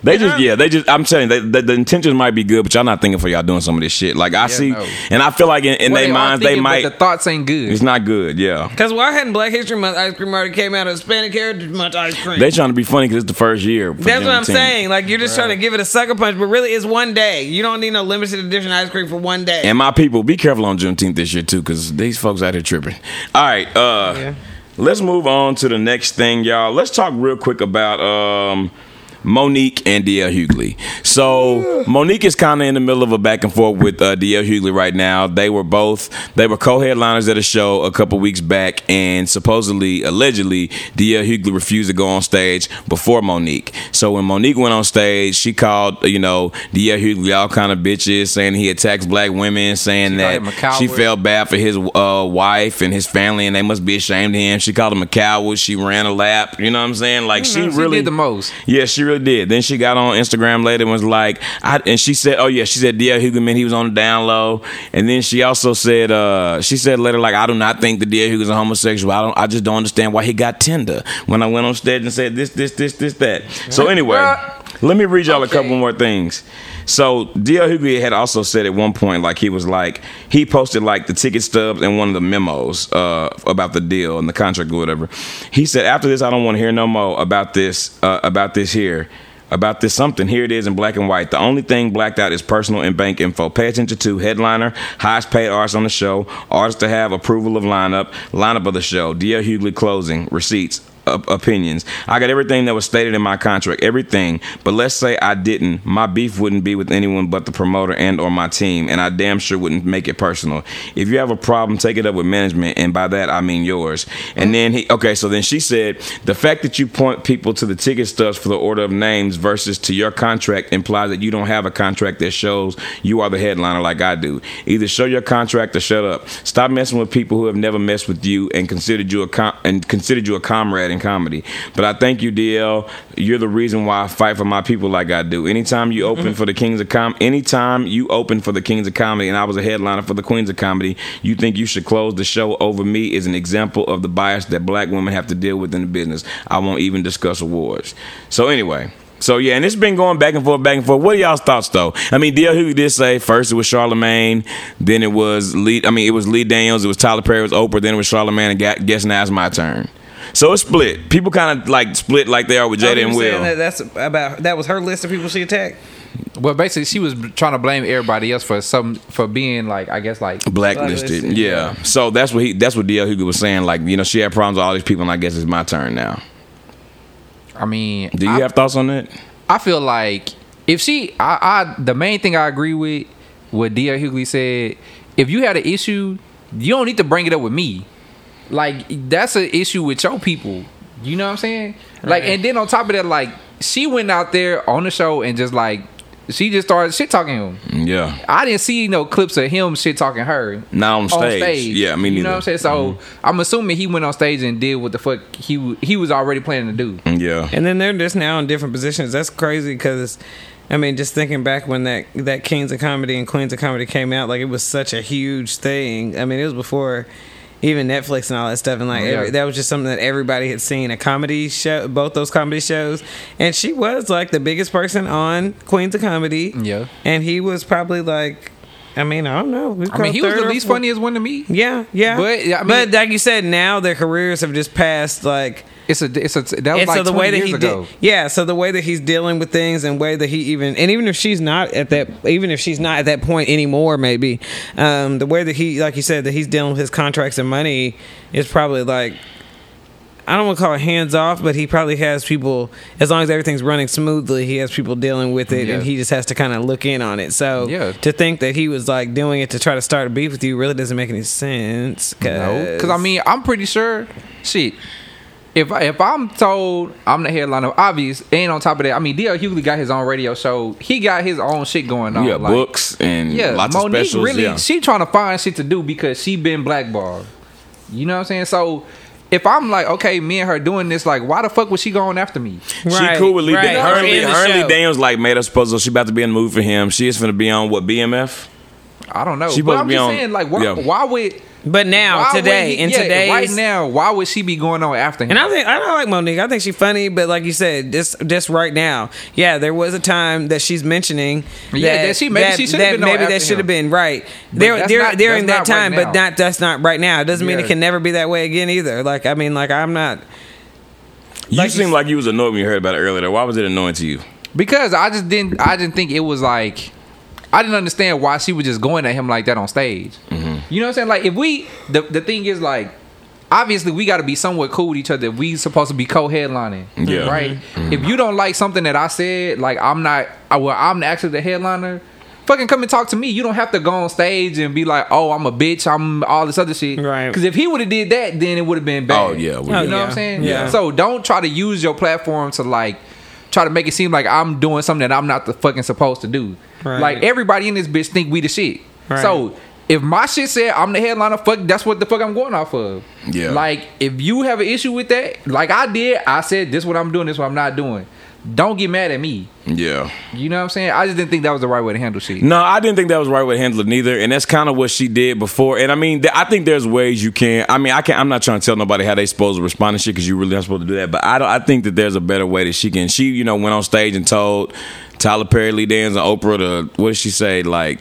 Speaker 1: They just yeah, they just I'm telling you, they, the, the intentions might be good, but y'all not thinking for y'all doing some of this shit. Like I see,
Speaker 3: no.
Speaker 1: and I feel like in, in
Speaker 3: What
Speaker 1: their
Speaker 3: are
Speaker 1: minds they
Speaker 3: thinking, but
Speaker 1: might.
Speaker 3: the thoughts ain't good.
Speaker 1: it's not good. Yeah,
Speaker 2: Cause why hadn't Black History Month ice cream already came out of Hispanic Heritage Month ice cream?
Speaker 1: they trying to be funny because it's the first year. for
Speaker 2: That's what I'm
Speaker 1: Juneteenth.
Speaker 2: saying. Like you're just trying to give it a sucker punch, but really it's one day. You don't need no limited edition ice cream for one day.
Speaker 1: And my people, be careful on Juneteenth this year too, because these folks out here tripping. All right, uh,
Speaker 2: Yeah.
Speaker 1: let's move on to the next thing, y'all. Let's talk real quick about um, Monique and DL Hughley. So Monique is kind of in the middle of a back and forth with uh, DL Hughley right now. They were both they were co-headliners at a show a couple weeks back, and supposedly, allegedly, DL Hughley refused to go on stage before Monique. So when Monique went on stage, she called you know DL Hughley all kind of bitches, saying he attacks black women, saying
Speaker 3: called him a
Speaker 1: that she
Speaker 3: coward.
Speaker 1: felt felt bad for his uh, wife and his family, and they must be ashamed of him. She called him a coward. She ran a lap. You know what I'm saying? Like she
Speaker 3: Mm-hmm. She
Speaker 1: really
Speaker 3: did the most.
Speaker 1: Yeah, she really did. Then she got on Instagram later and was like, I, and she said, oh yeah, she said DL Hugeman, he was on the down low. And then she also said, uh, she said later, like, I do not think that DL Hugeman's a homosexual. I don't, I just don't understand why he got tender when I went on stage and said this, this, this, this, that. So anyway,
Speaker 3: Bruh.
Speaker 1: let me read y'all a
Speaker 3: Okay.
Speaker 1: couple more things. So DL Hughley had also said at one point, like he was like he posted like the ticket stubs and one of the memos uh, about the deal and the contract or whatever. He said after this, I don't want to hear no more about this uh, about this here. About this something here it is in black and white. The only thing blacked out is personal and bank info. Pay attention to headliner, highest paid artist on the show, artists to have approval of lineup, lineup of the show, DL Hughley closing, receipts, op- opinions. I got everything that was stated in my contract, everything. But let's say I didn't, my beef wouldn't be with anyone but the promoter and or my team, and I damn sure wouldn't make it personal. If you have a problem, take it up with management, and by that I mean yours. And then he okay, so then she said the fact that you point people to the ticket stubs for the order of names versus to your contract implies that you don't have a contract that shows you are the headliner like I do. Either show your contract or shut up. Stop messing with people who have never messed with you and considered you a com- and considered you a comrade in comedy. But I thank you, DL. You're the reason why I fight for my people like I do. Anytime you open for the Kings of Com, anytime you open for the Kings of Comedy, and I was a headliner for the Queens of Comedy, you think you should close the show over me is an example of the bias that black women have to deal with in the business. I won't even discuss awards. So anyway. So yeah, and it's been going back and forth, back and forth. What are y'all's thoughts though? I mean, DL Hughley did say first it was Charlemagne, then it was Lee. I mean, it was Lee Daniels, it was Tyler Perry, it was Oprah, then it was Charlemagne, and ga- guess now it's my turn. So it's split. People kind of like split like they are with
Speaker 2: Oh,
Speaker 1: Jada
Speaker 2: you
Speaker 1: and
Speaker 2: saying That
Speaker 1: Will.
Speaker 2: that's about that was her list of people she attacked.
Speaker 3: Well, basically, she was trying to blame everybody else for some for being like I guess like
Speaker 1: Blacklisted.
Speaker 2: Blacklisted,
Speaker 1: Yeah. So that's what he. That's what DL Hughley was saying. Like you know, she had problems with all these people, and I guess it's my turn now.
Speaker 3: I mean,
Speaker 1: Do you
Speaker 3: I,
Speaker 1: have thoughts on that?
Speaker 3: I feel like if she, I, I, the main thing I agree with what D.L. Hughley said. If you had an issue, you don't need to bring it up with me. Like that's an issue with your people. You know what I'm saying? Like, and then on top of that, like she went out there on the show and just like she just started shit talking him.
Speaker 1: Yeah.
Speaker 3: I didn't see no clips of him shit talking her.
Speaker 1: Not on stage. Yeah, me
Speaker 3: You
Speaker 1: neither. Mm-hmm.
Speaker 3: know what I'm saying? So I'm assuming he went on stage and did what the fuck he w- he was already planning to do.
Speaker 1: Yeah.
Speaker 2: And then they're just now in different positions. That's crazy because, I mean, just thinking back when that that Kings of Comedy and Queens of Comedy came out, like it was such a huge thing. I mean, it was before even Netflix and all that stuff, and like
Speaker 3: Oh, yeah.
Speaker 2: every, that was just something that everybody had seen. A comedy show, both those comedy shows, and she was like the biggest person on Queens of Comedy.
Speaker 3: Yeah.
Speaker 2: and he was probably like, I mean, I don't know.
Speaker 3: I mean, he was the least funniest one to me.
Speaker 2: Yeah, yeah.
Speaker 3: But, I mean-
Speaker 2: but like you said, now their careers have just passed like
Speaker 3: It's a it's a that was
Speaker 2: and
Speaker 3: like
Speaker 2: so the
Speaker 3: 20
Speaker 2: way that
Speaker 3: years
Speaker 2: he
Speaker 3: ago.
Speaker 2: did, yeah. So the way that he's dealing with things, and way that he even, and even if she's not at that, even if she's not at that point anymore, maybe um, the way that he, like you said, that he's dealing with his contracts and money is probably like, I don't want to call it hands off, but he probably has people. As long as everything's running smoothly, he has people dealing with it, and
Speaker 3: Yeah.
Speaker 2: he just has to kind of look in on it. So
Speaker 3: Yeah.
Speaker 2: to think that he was like doing it to try to start a beef with you really doesn't make any sense.
Speaker 3: No, because I mean, I'm pretty sure. Shit, if I, if I'm told I'm the headline of obvious, and on top of that, I mean, DL Hughley got his own radio show. He got his own shit going on.
Speaker 1: yeah.
Speaker 3: like-
Speaker 1: books and
Speaker 3: Yeah,
Speaker 1: lots
Speaker 3: Monique
Speaker 1: of specials.
Speaker 3: really
Speaker 1: yeah.
Speaker 3: she trying to find shit to do because she been blackballed. You know what I'm saying? So. If I'm like, okay, me and her doing this, like, why the fuck was she going after me?
Speaker 1: she cool with Lee
Speaker 2: right.
Speaker 1: Daniels. Her, and Lee-
Speaker 2: In the
Speaker 1: her and
Speaker 2: show.
Speaker 1: Lee Daniels like made us puzzle. She about to be in the mood for him. She is gonna be on what BMF.
Speaker 3: I don't know.
Speaker 1: She
Speaker 3: but
Speaker 1: supposed
Speaker 3: I'm
Speaker 1: to be
Speaker 3: just
Speaker 1: on-
Speaker 3: saying, like, why,
Speaker 1: yeah.
Speaker 3: why would
Speaker 2: But now,
Speaker 3: why would
Speaker 2: today,
Speaker 3: he-
Speaker 2: in
Speaker 3: yeah,
Speaker 2: today's
Speaker 3: right now, why would she be going on after him?
Speaker 2: And I think I don't like Monique. I think she's funny, but like you said, just just right now, yeah, there was a time that she's mentioning that,
Speaker 3: Yeah, that she- maybe she should've
Speaker 2: that
Speaker 3: been on
Speaker 2: maybe
Speaker 3: after
Speaker 2: that should have
Speaker 3: him.
Speaker 2: been right there
Speaker 3: that's
Speaker 2: there
Speaker 3: not-
Speaker 2: during that
Speaker 3: that's not right
Speaker 2: time, but
Speaker 3: now.
Speaker 2: not that's not right now. It doesn't mean it
Speaker 3: Yeah.
Speaker 2: can never be that way again either. Like I mean, like I'm not.
Speaker 1: You
Speaker 2: Like you
Speaker 1: seemed
Speaker 2: s-
Speaker 1: like you was annoyed when you heard about it earlier. Why was it annoying to you?
Speaker 3: Because I just didn't I didn't think it was like I didn't understand why she was just going at him like that on stage.
Speaker 1: Mm-hmm.
Speaker 3: You know what I'm saying? Like if we the the thing is like obviously we got to be somewhat cool with each other. We supposed to be co-headlining,
Speaker 1: Yeah. Mm-hmm.
Speaker 3: right? If you don't like something that I said, like I'm not I well I'm actually the headliner. Fucking come and talk to me. You don't have to go on stage and be like, "Oh, I'm a bitch. I'm all this other shit."
Speaker 2: Right.
Speaker 3: Because if he would have did that, then it would have been bad.
Speaker 1: Oh, yeah, we-
Speaker 3: you know
Speaker 2: Oh,
Speaker 3: what I'm
Speaker 2: yeah.
Speaker 3: saying?
Speaker 2: Yeah.
Speaker 3: So don't try to use your platform to like try to make it seem like I'm doing something that I'm not the fucking supposed to do.
Speaker 2: Right.
Speaker 3: Like everybody in this bitch think we the shit.
Speaker 2: Right.
Speaker 3: So if my shit said I'm the headliner, fuck, that's what the fuck I'm going off of.
Speaker 1: Yeah.
Speaker 3: Like if you have an issue with that, like I did, I said this what I'm doing, this what I'm not doing. don't get mad at me.
Speaker 1: Yeah.
Speaker 3: You know what I'm saying? I just didn't think that was the right way to handle shit.
Speaker 1: No, I didn't think that was the right way to handle it neither, and that's kind of what she did before. And I mean, th- I think there's ways you can. I mean, I can. not I'm not trying to tell nobody how they supposed to respond to shit because you really aren't supposed to do that. But I don't. I think that there's a better way that she can. She, you know, went on stage and told Tyler Perry, Lee Dans, and Oprah to what did she say? Like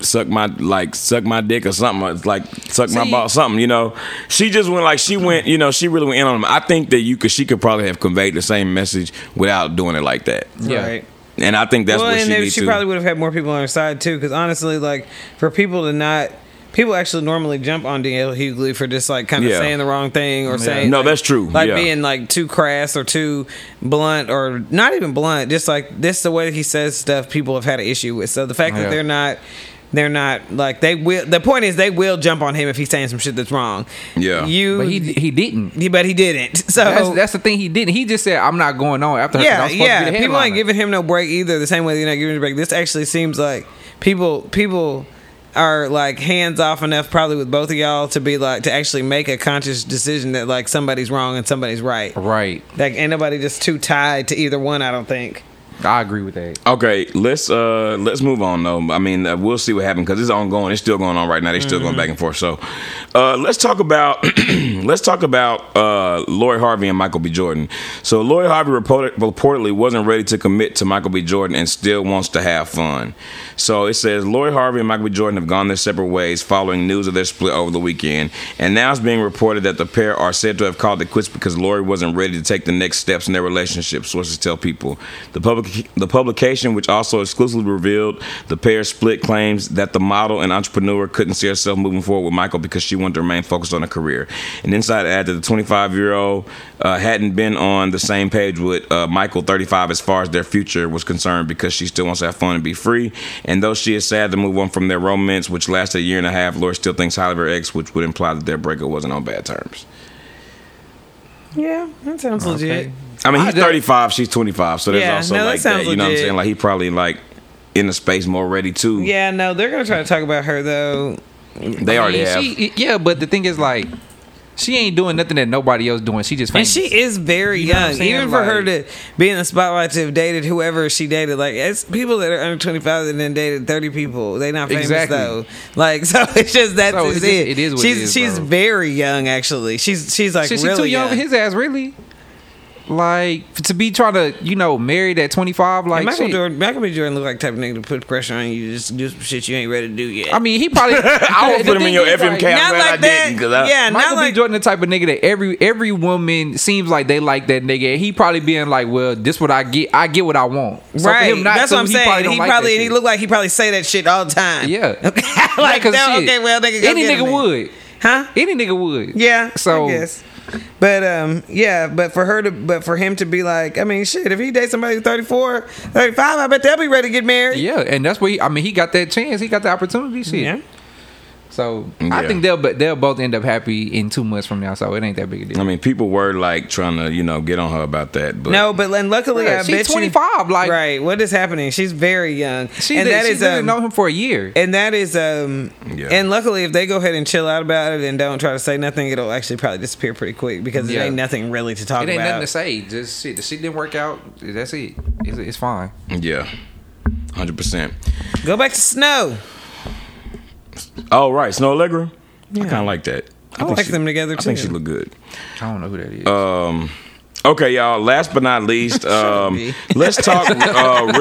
Speaker 1: suck my like suck my dick or something. It's like suck my
Speaker 3: See-
Speaker 1: ball, something. You know, she just went like she went. You know, she really went in on him. I think that you could. She could probably have conveyed the same message without doing it like that.
Speaker 3: Yeah.
Speaker 2: Right.
Speaker 1: And I think that's
Speaker 2: well,
Speaker 1: what
Speaker 2: and
Speaker 1: she
Speaker 2: then
Speaker 1: needs
Speaker 2: she
Speaker 1: to.
Speaker 2: probably would have had more people on her side too, because honestly, like for people to not, people actually normally jump on Danielle Hughley for just like kind of
Speaker 1: Yeah.
Speaker 2: saying the wrong thing or saying
Speaker 1: No,
Speaker 2: like-
Speaker 1: that's true.
Speaker 2: like
Speaker 1: Yeah.
Speaker 2: being like too crass or too blunt or not even blunt, just like this the way that he says stuff. People have had an issue with. So the fact
Speaker 3: Yeah.
Speaker 2: that they're not. They're not like they will. The point is, they will jump on him if he's saying some shit that's wrong.
Speaker 1: Yeah.
Speaker 2: you,
Speaker 3: But he he didn't.
Speaker 2: he- but he didn't. So
Speaker 3: That's, that's the thing he didn't. He just said, "I'm not going on after her." 'cause I
Speaker 2: yeah,
Speaker 3: was supposed
Speaker 2: yeah.
Speaker 3: To be the
Speaker 2: people ain't
Speaker 3: headliner."
Speaker 2: giving him no break either. The same way they're not giving him a break. This actually seems like people people are like hands off enough, probably with both of y'all, to be like to actually make a conscious decision that like somebody's wrong and somebody's right.
Speaker 3: Right,
Speaker 2: Like ain't nobody just too tied to either one. I don't think.
Speaker 3: I agree with that.
Speaker 1: Okay, let's uh let's move on though. I mean, uh, we'll see what happens because it's ongoing. It's still going on right now. They're still going back and forth. So, uh, let's talk about let's talk about uh, Lori Harvey and Michael B. Jordan. So, Lori Harvey reported, reportedly wasn't ready to commit to Michael B. Jordan and still wants to have fun. So it says Lori Harvey and Michael B. Jordan have gone their separate ways following news of their split over the weekend, and now it's being reported that the pair are said to have called it quits because Lori wasn't ready to take the next steps in their relationship. Sources tell people the public the publication, which also exclusively revealed the pair split, claims that the model and entrepreneur couldn't see herself moving forward with Michael because she wanted to remain focused on her career. And inside add that the 25 year old uh, hadn't been on the same page with uh, Michael 35 as far as their future was concerned because she still wants to have fun and be free. And though she is sad to move on from their romance, which lasted a year and a half, Lori still thinks highly of her ex, which would imply that their breakup wasn't on bad terms.
Speaker 2: Yeah, that sounds legit.
Speaker 3: Okay.
Speaker 1: I mean,
Speaker 3: I
Speaker 1: he's
Speaker 3: just-
Speaker 1: 35, she's 25, so there's
Speaker 2: Yeah,
Speaker 1: also
Speaker 2: no, that
Speaker 1: like that.
Speaker 2: sounds
Speaker 1: You know what I'm
Speaker 2: legit.
Speaker 1: saying? Like he probably like in the space more ready too.
Speaker 2: Yeah, no, they're gonna try to talk about her though.
Speaker 1: they
Speaker 3: I
Speaker 1: already
Speaker 3: mean,
Speaker 1: have.
Speaker 3: she- yeah, but the thing is, like, she ain't doing nothing that nobody else doing. She just
Speaker 2: And
Speaker 3: famous.
Speaker 2: she is very
Speaker 3: You know what I'm
Speaker 2: young.
Speaker 3: saying?
Speaker 2: Even for her to
Speaker 3: Like-
Speaker 2: be in the spotlight to have dated whoever she dated, like it's people that are under twenty five and then dated thirty people. They not famous
Speaker 3: Exactly.
Speaker 2: though. Like so, it's just that's
Speaker 3: So, it
Speaker 2: just
Speaker 3: just-
Speaker 2: it.
Speaker 3: it is what it
Speaker 2: she's
Speaker 3: is,
Speaker 2: she's
Speaker 3: bro.
Speaker 2: very young actually. She's she's like
Speaker 3: Shit, she
Speaker 2: really
Speaker 3: too young,
Speaker 2: young.
Speaker 3: for his ass, really. Like to be trying to, you know, married at 25. Like,
Speaker 2: And Michael
Speaker 3: shit.
Speaker 2: Jordan, Michael B. Jordan look like the type of nigga to put pressure on you, just do some shit you ain't ready to do yet.
Speaker 3: I mean, he probably. I
Speaker 1: won't put him in your FMK. I'm
Speaker 2: not
Speaker 1: glad I
Speaker 2: like that.
Speaker 1: didn't, 'cause I-
Speaker 2: yeah,
Speaker 3: Michael
Speaker 2: not like
Speaker 3: B. Jordan, the type of nigga that every every woman seems like they like that nigga. He probably being like, well, this what I get. I get what I want. So for
Speaker 2: right.
Speaker 3: him not
Speaker 2: That's
Speaker 3: to,
Speaker 2: what I'm
Speaker 3: he
Speaker 2: saying.
Speaker 3: Probably don't
Speaker 2: he
Speaker 3: like
Speaker 2: probably
Speaker 3: that
Speaker 2: he
Speaker 3: shit.
Speaker 2: looked like he probably say that shit all the time.
Speaker 3: Yeah.
Speaker 2: Okay.
Speaker 3: Yeah,
Speaker 2: like
Speaker 3: 'cause
Speaker 2: that,
Speaker 3: shit,
Speaker 2: okay, well, nigga, go
Speaker 3: any
Speaker 2: get him
Speaker 3: nigga
Speaker 2: then.
Speaker 3: would.
Speaker 2: huh?
Speaker 3: Any nigga would.
Speaker 2: Yeah.
Speaker 3: So
Speaker 2: I guess. But um yeah, but for her to but for him to be like, I mean shit, if he dates somebody who's 34, 35, I bet they'll be ready to get married.
Speaker 3: yeah, and that's where he, I mean he got that chance. He got the opportunity. Shit.
Speaker 2: Yeah.
Speaker 3: So
Speaker 1: Yeah.
Speaker 3: I think they'll but they'll both end up happy in two months from now. So it ain't that big a deal.
Speaker 1: I mean, people were like trying to, you know, get on her about that, but
Speaker 2: No, but and luckily
Speaker 3: Yeah,
Speaker 2: I
Speaker 3: she's
Speaker 2: bet you-
Speaker 3: 25, like-
Speaker 2: right. What is happening? She's very young,
Speaker 3: She
Speaker 2: and
Speaker 3: did,
Speaker 2: that
Speaker 3: she
Speaker 2: is
Speaker 3: didn't
Speaker 2: um,
Speaker 3: know him for a year.
Speaker 2: and that is um,
Speaker 1: Yeah.
Speaker 2: and luckily if they go ahead and chill out about it and don't try to say nothing, it'll actually probably disappear pretty quick because
Speaker 3: Yeah.
Speaker 2: there ain't nothing really to talk
Speaker 3: It ain't
Speaker 2: about.
Speaker 3: nothing to say. Just shit. The shit didn't work out. That's it. It's, it's fine.
Speaker 1: yeah, hundred percent.
Speaker 2: Go back to snow.
Speaker 1: Oh right, Snow Allegra. I kind of like that.
Speaker 2: I
Speaker 1: think
Speaker 2: like
Speaker 1: she-
Speaker 2: them together,
Speaker 1: I think
Speaker 2: too.
Speaker 1: she looked good.
Speaker 3: I don't know who that is.
Speaker 1: Um, okay, y'all. Last but not least, um,
Speaker 2: be.
Speaker 1: let's talk uh,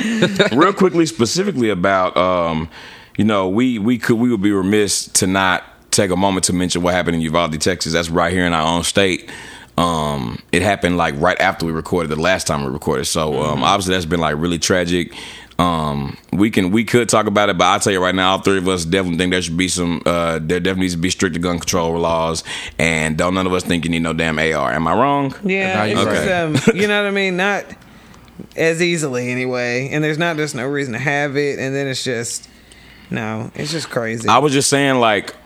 Speaker 1: real real quickly, specifically about um, you know we we could we would be remiss to not take a moment to mention what happened in Uvalde, Texas. That's right here in our own state. Um, it happened like right after we recorded the last time we recorded. So um, obviously that's been like really tragic. Um, we can we could talk about it, but I'll tell you right now, all three of us definitely think there should be some. Uh, there definitely needs to be stricter gun control laws, and don't none of us think you need no damn AR. Am I wrong?
Speaker 2: Yeah,
Speaker 3: Nah,
Speaker 2: it's
Speaker 3: you're
Speaker 2: just, um, you know what I mean. Not as easily anyway, and there's not just no reason to have it, and then it's just no, it's just crazy.
Speaker 1: I was just saying like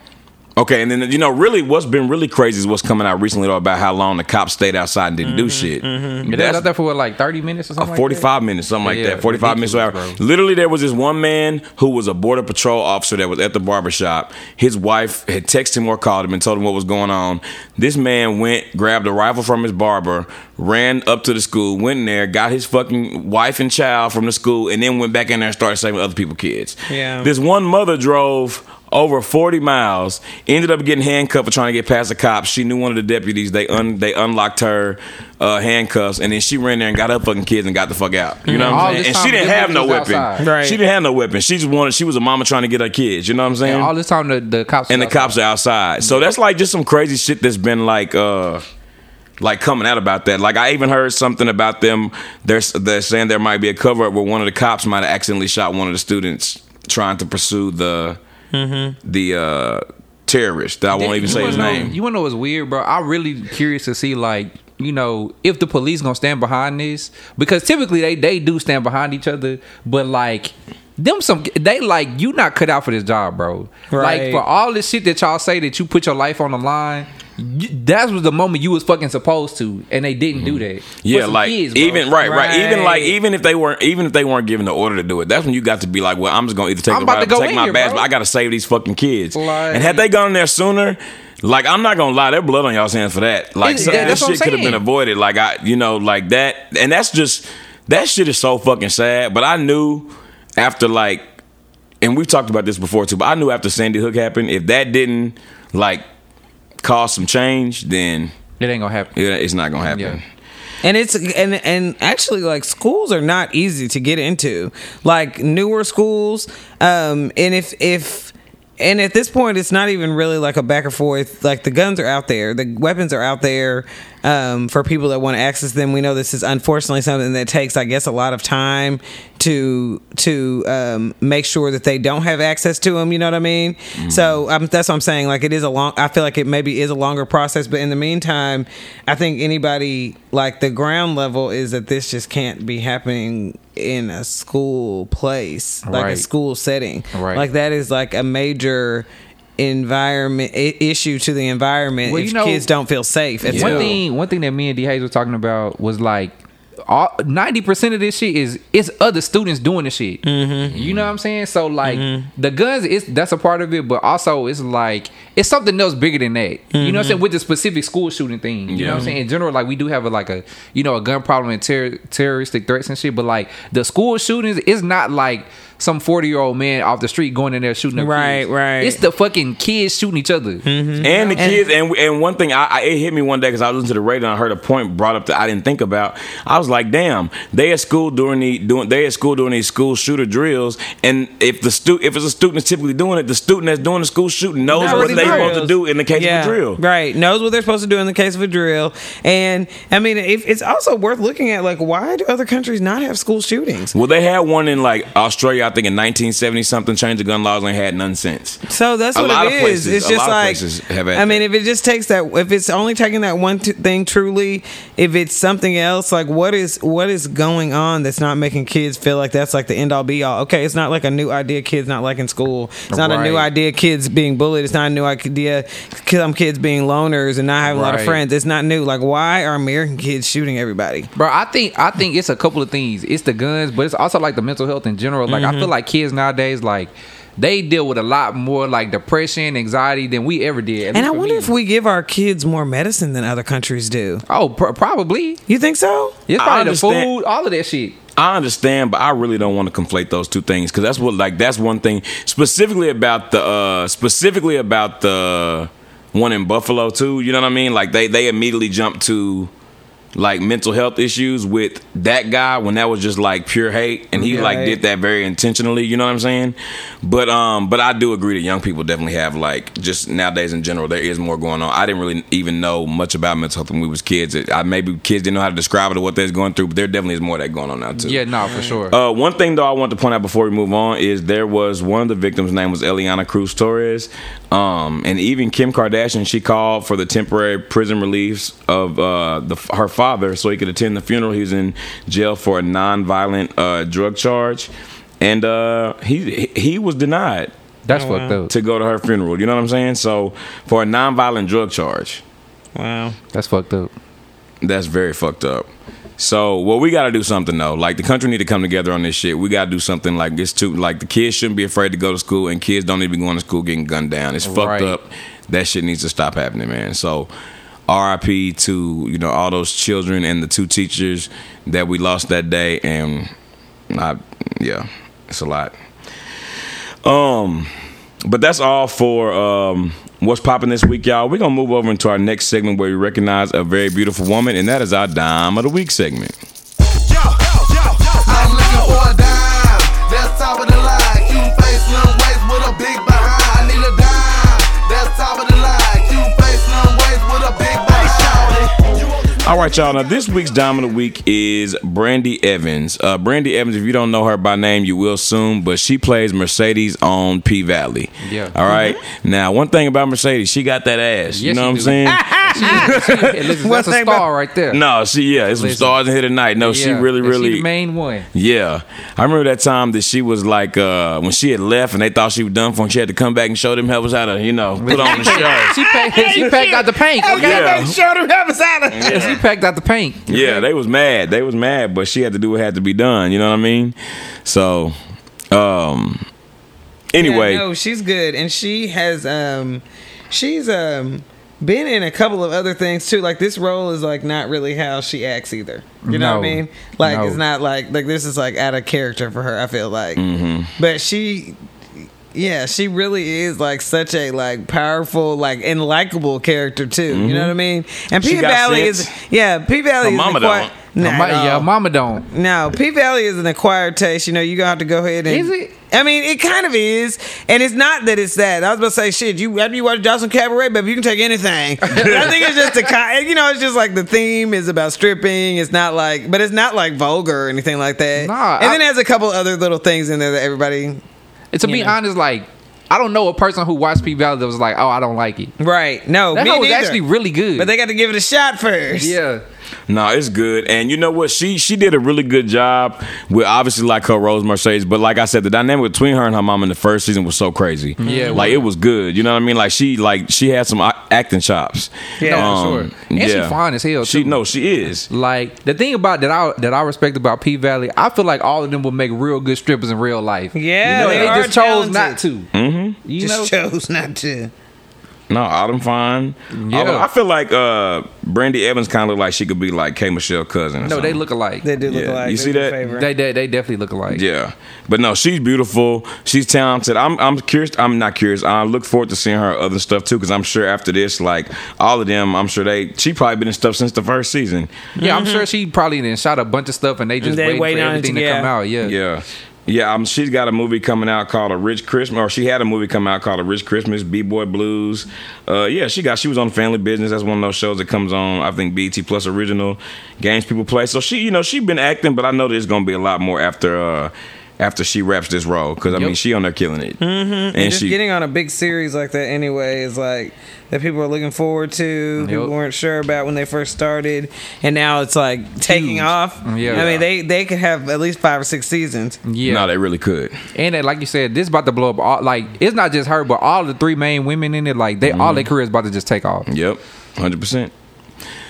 Speaker 1: Okay, and then you know, really, what's been really crazy is what's coming out recently though about how long the cops stayed outside and didn't do
Speaker 3: Mm-hmm.
Speaker 1: shit.
Speaker 3: It was
Speaker 1: That's
Speaker 3: out there for what, like thirty minutes or something. like that?
Speaker 1: 45 minutes, something like
Speaker 3: Yeah,
Speaker 1: that. 45 minutes.
Speaker 3: ridiculous,
Speaker 1: whatever.
Speaker 3: bro.
Speaker 1: Literally, there was this one man who was a Border Patrol officer that was at the barbershop. His wife had texted him or called him and told him what was going on. This man went, grabbed a rifle from his barber, ran up to the school, went in there, got his fucking wife and child from the school, and then went back in there and started saving other people's kids.
Speaker 2: Yeah.
Speaker 1: This one mother drove over 40 miles, ended up getting handcuffed for trying to get past the cops. She knew one of the deputies. They un- they unlocked her uh, handcuffs, and then she ran there and got her fucking kids and got the fuck out. You know what
Speaker 3: All
Speaker 1: I'm saying?
Speaker 3: this
Speaker 1: And
Speaker 3: time
Speaker 1: she didn't
Speaker 3: the
Speaker 1: have no
Speaker 3: deputies
Speaker 1: weapon.
Speaker 3: outside.
Speaker 2: Right.
Speaker 1: She didn't have no weapon. She just wanted. She was a mama trying to get her kids. You know what I'm saying?
Speaker 3: And all this time, the, the cops
Speaker 1: and the
Speaker 3: was
Speaker 1: cops are outside. So that's like just some crazy shit that's been like uh like coming out about that. Like I even heard something about them they're they're saying there might be a cover up where one of the cops might have accidentally shot one of the students trying to pursue the the uh terrorist. That I won't even
Speaker 3: Mm-hmm. You
Speaker 1: say
Speaker 3: wanna
Speaker 1: his
Speaker 3: know-
Speaker 1: name.
Speaker 3: You wanna know what's weird, bro? I'm really curious to see like you know if the police gonna stand behind this because typically they they do stand behind each other, but like. Them some they like you not cut out for this job, bro.
Speaker 2: Right.
Speaker 3: Like for all this shit that y'all say that you put your life on the line, you, that was the moment you was fucking supposed to, and they didn't do that. For
Speaker 1: Mm-hmm. Yeah,
Speaker 3: some
Speaker 1: like
Speaker 3: kids, bro.
Speaker 1: even right, right, Even
Speaker 2: Right.
Speaker 1: like e- even if they weren't even if they weren't given the order to do it, that's when you got to be like, well, I'm just gonna either take,
Speaker 3: I'm
Speaker 1: the
Speaker 3: about
Speaker 1: ride-
Speaker 3: to go
Speaker 1: take
Speaker 3: in
Speaker 1: my
Speaker 3: here,
Speaker 1: badge,
Speaker 3: bro.
Speaker 1: but I gotta save these fucking kids.
Speaker 3: Like-
Speaker 1: and had they gone in there sooner, like I'm not gonna lie, that blood on y'all's hands for that. Like
Speaker 3: It-
Speaker 1: some,
Speaker 3: yeah,
Speaker 1: this
Speaker 3: that's what I'm
Speaker 1: shit could have been
Speaker 3: saying.
Speaker 1: avoided. Like I, you know, like that, and that's just that shit is so fucking sad. But I knew after like, and we've talked about this before too. But I knew after Sandy Hook happened, if that didn't like cause some change, then
Speaker 3: it ain't gonna happen.
Speaker 1: it, it's not gonna happen.
Speaker 3: Yeah.
Speaker 2: And it's and and actually like schools are not easy to get into. Like newer schools, um, and if if and at this point it's not even really like a back and forth. Like the guns are out there, the weapons are out there um, for people that want to access them. We know this is unfortunately something that takes, I guess, a lot of time to to um, make sure that they don't have access to them. You know what I mean? So
Speaker 3: Mm-hmm.
Speaker 2: um, that's what I'm saying. Like it is a long. I feel like it maybe is a longer process, but in the meantime, I think anybody like the ground level is that this just can't be happening in a school place, like a
Speaker 3: Right.
Speaker 2: school setting.
Speaker 3: Right.
Speaker 2: Like that is like a major environment i- issue to the environment
Speaker 3: Well,
Speaker 2: if
Speaker 3: you know-
Speaker 2: kids don't feel safe. At
Speaker 1: Yeah.
Speaker 2: school.
Speaker 3: One thing, one thing that me and D Hayes were talking about was like, ninety percent of this shit is it's other students doing the shit. You know what I'm saying? So like, the guns is that's a part of it, but also it's like it's something else bigger than that. You know what I'm saying? With the specific school shooting thing, you know what
Speaker 1: Yeah.
Speaker 3: I'm saying? In general, like we do have a like a you know a gun problem and terror, terroristic threats and shit, but like the school shootings is not like. Some forty year old man off the street going in there shooting up
Speaker 2: Right,
Speaker 3: kids.
Speaker 2: right.
Speaker 3: It's the fucking kids shooting each other.
Speaker 2: Mm-hmm.
Speaker 1: and the kids and and one thing I, I it hit me one day because I listened to the radio and I heard a point brought up that I didn't think about. I was like, damn, they at school during the doing they at school doing these school shooter drills, and if the stu if it's a student that's typically doing it, the student that's doing the school shooting knows
Speaker 2: Knows
Speaker 1: what
Speaker 2: the
Speaker 1: they supposed to
Speaker 2: drills.
Speaker 1: do in the case of a drill.
Speaker 2: Right. Knows what they're supposed to do in the case of a drill. And I mean, if, it's also worth looking at like, why do other countries not have school shootings?
Speaker 1: Well, they had one in like Australia, I think, in 1970 something. Changed the gun laws and had none since.
Speaker 2: So that's
Speaker 1: A
Speaker 2: what
Speaker 1: lot
Speaker 2: it
Speaker 1: of
Speaker 2: is.
Speaker 1: places-
Speaker 2: it's
Speaker 1: a
Speaker 2: just
Speaker 1: lot of
Speaker 2: like
Speaker 1: places have had
Speaker 2: I mean,
Speaker 1: that.
Speaker 2: if it just takes that, if it's only taking that one t- thing truly, if it's something else, like what is what is going on that's not making kids feel like that's like the end all be all? Okay, it's not like a new idea. Kids not liking school. It's not a new
Speaker 3: Right.
Speaker 2: idea. Kids being bullied. It's not a new idea. Some kids being loners and not having a lot of
Speaker 3: Right.
Speaker 2: friends. It's not new. Like why are American kids shooting everybody?
Speaker 3: Bro, I think I think it's a couple of things. It's the guns, but it's also like the mental health in general. Like
Speaker 1: Mm-hmm.
Speaker 3: I feel like kids nowadays, like they deal with a lot more like depression, anxiety than we ever did. at
Speaker 2: And
Speaker 3: least
Speaker 2: I
Speaker 3: for
Speaker 2: wonder
Speaker 3: me.
Speaker 2: if we give our kids more medicine than other countries do.
Speaker 3: oh pr- probably
Speaker 2: You think so?
Speaker 3: it's
Speaker 1: I
Speaker 3: probably the
Speaker 1: understand.
Speaker 3: food, all of that shit.
Speaker 1: I understand, but I really don't want to conflate those two things because that's what like that's one thing specifically about the uh specifically about the one in Buffalo too. You know what I mean? Like they they immediately jump to like mental health issues with that guy when that was just like pure hate and he
Speaker 2: Yeah,
Speaker 1: like
Speaker 2: right.
Speaker 1: did that very intentionally you know what i'm saying but um but i do agree that young people definitely have like just nowadays in general there is more going on i didn't really even know much about mental health when we was kids i maybe kids didn't know how to describe it or what they was going through but there definitely is more of that going on now too
Speaker 3: Yeah, no, for sure.
Speaker 1: uh, one thing though I want to point out before we move on is there was one of the victims' name was Eliana Cruz Torres, um, and even Kim Kardashian she called for the temporary prison release of uh, the, her father so he could attend the funeral. He was in jail for a nonviolent uh, drug charge, and uh, he he was denied.
Speaker 3: That's
Speaker 2: Oh,
Speaker 3: fucked
Speaker 2: wow.
Speaker 3: up.
Speaker 1: to go to her funeral. You know what I'm saying? So for a nonviolent drug charge,
Speaker 2: Wow.
Speaker 3: That's fucked up.
Speaker 1: that's very fucked up. So well, we got to do something though. Like the country need to come together on this shit. We got to do something. Like it's too like the kids shouldn't be afraid to go to school, and kids don't need to be going to school getting gunned down. It's fucked
Speaker 3: Right.
Speaker 1: up. That shit needs to stop happening, man. So. R.I.P. to you know all those children and the two teachers that we lost that day, and I, yeah, it's a lot. Um, but that's all for um what's popping this week, y'all. We're gonna move over into our next segment where we recognize a very beautiful woman, and that is our dime of the week segment.
Speaker 5: Yo, yo, yo, yo. I'm looking for a dime. That's top of the line. Cute face, slim waist with a big behind. I need a dime. That's top of the line. Cute face, slim waist with a big behind.
Speaker 1: All right, y'all. Now this week's dime of the week is Brandy Evans. Uh, Brandy Evans, if you don't know her by name, you will soon. But she plays Mercedes on P Valley.
Speaker 3: Yeah. Mm-hmm.
Speaker 1: All right? Now, one thing about Mercedes, she got that ass. you
Speaker 3: Yes,
Speaker 1: know
Speaker 3: she
Speaker 1: what I'm
Speaker 3: do.
Speaker 1: saying?
Speaker 3: Hey, listen, that's a
Speaker 2: thing about-
Speaker 3: star right there.
Speaker 1: no, she yeah, it's some
Speaker 3: Listen.
Speaker 1: stars in here tonight. No, she
Speaker 3: Yeah,
Speaker 1: really,
Speaker 3: and she
Speaker 1: really
Speaker 3: the main one.
Speaker 1: Yeah, I remember that time that she was like uh, when she had left and they thought she was done for, and she had to come back and show them help us how to you know put on the show.
Speaker 3: She packed, she packed out the paint. Okay?
Speaker 1: Yeah.
Speaker 2: Showed him half a salad.
Speaker 3: She packed out the paint.
Speaker 1: Yeah, they was mad. They was mad, but she had to do what had to be done. You know what I mean? So, um, anyway,
Speaker 2: Yeah, no, she's good, and she has um, she's um been in a couple of other things too. Like this role is like not really how she acts either. You know
Speaker 3: No.
Speaker 2: what I mean? Like
Speaker 3: No.
Speaker 2: it's not like like this is like out of character for her. I feel like,
Speaker 1: Mm-hmm.
Speaker 2: but she. Yeah, she really is like such a like powerful, like and likable character too. You know what I mean? And
Speaker 1: Mm-hmm. She
Speaker 2: P
Speaker 1: got
Speaker 2: Valley
Speaker 1: sense.
Speaker 2: is yeah, P Valley
Speaker 1: Her
Speaker 2: is an
Speaker 1: mama
Speaker 2: acquired-
Speaker 1: don't.
Speaker 2: Nah,
Speaker 3: Her ma-
Speaker 2: at all.
Speaker 3: yeah, mama don't.
Speaker 2: No, P Valley is an acquired taste. You know, you gonna have to go ahead and.
Speaker 3: Is it?
Speaker 2: I mean, it kind of is, and it's not that it's that. I was about to say, shit, you after you watch Johnson Cabaret, baby, you can take anything. But I think it's just a, ki- you know, it's just like the theme is about stripping. It's not like, but it's not like vulgar or anything like that.
Speaker 3: Nah,
Speaker 2: and
Speaker 3: I-
Speaker 2: then there's a couple other little things in there that everybody.
Speaker 3: And to be
Speaker 2: Yeah.
Speaker 3: honest, like I don't know a person who watched P Valley that was like, oh, I don't like it.
Speaker 2: Right? No,
Speaker 3: That
Speaker 2: me
Speaker 3: hoe was
Speaker 2: neither.
Speaker 3: actually really good.
Speaker 2: but they got to give it a shot first.
Speaker 3: yeah,
Speaker 1: No, it's good. And you know what? She she did a really good job with obviously like her Rose Mercedes, but like I said, the dynamic between her and her mom in the first season was so crazy.
Speaker 3: Yeah, it
Speaker 1: Like it was good. You know what I mean? Like she like she had some a- acting chops. Um,
Speaker 2: Yeah. No,
Speaker 3: for sure. And she fine as hell,
Speaker 1: She
Speaker 3: too.
Speaker 1: no, she is.
Speaker 3: like the thing about that I that I respect about P Valley, I feel like all of them would make real good strippers in real life.
Speaker 2: Yeah,
Speaker 3: you know,
Speaker 2: they
Speaker 3: and
Speaker 2: are
Speaker 3: just chose not to.
Speaker 2: talented.
Speaker 3: Mm-hmm. You know,
Speaker 2: Just chose not to.
Speaker 1: No, Autumn fine.
Speaker 3: Yeah.
Speaker 1: Although I feel like uh Brandy Evans kinda look like she could be like K Michelle cousin. or
Speaker 3: no, they
Speaker 1: something.
Speaker 3: look alike.
Speaker 2: They
Speaker 3: They,
Speaker 2: do look
Speaker 1: Yeah,
Speaker 2: like
Speaker 1: you see that?
Speaker 3: they they definitely look alike.
Speaker 1: Yeah, but no, she's beautiful. She's talented. I'm I'm curious. I'm not curious. I look forward to seeing her other stuff too, because I'm sure after this, like all of them, I'm sure they she probably been in stuff since the first season.
Speaker 3: Yeah, I'm sure she probably then shot a bunch of stuff and they just
Speaker 2: Mm-hmm. They waiting
Speaker 3: waiting for
Speaker 2: on it to-
Speaker 3: everything to,
Speaker 2: yeah.
Speaker 3: come out. Yeah.
Speaker 1: Yeah. Yeah, um, she's got a movie coming out called A Rich Christmas, or she had a movie come out called A Rich Christmas, B Boy Blues. Uh, yeah, she got she was on Family Business. That's one of those shows that comes on, I think BT Plus Original games people play. So she, you know, she been acting, but I know there's gonna be a lot more after uh, after she wraps this role because I mean
Speaker 3: Yep.
Speaker 1: she on there killing it, mm-hmm. and,
Speaker 2: just
Speaker 1: she
Speaker 2: getting on a big series like that anyway is like that people are looking forward to people
Speaker 3: Yep.
Speaker 2: weren't sure about when they first started and now it's like taking
Speaker 3: Huge.
Speaker 2: off
Speaker 1: Mm,
Speaker 3: Yeah.
Speaker 2: i mean they they could have at least five or six seasons
Speaker 3: Yeah.
Speaker 1: no, they really could.
Speaker 3: And that, like you said, this about to blow up. All, like it's not just her, but all the three main women in it. Like they, all their careers about to just take off.
Speaker 1: Yep, hundred percent.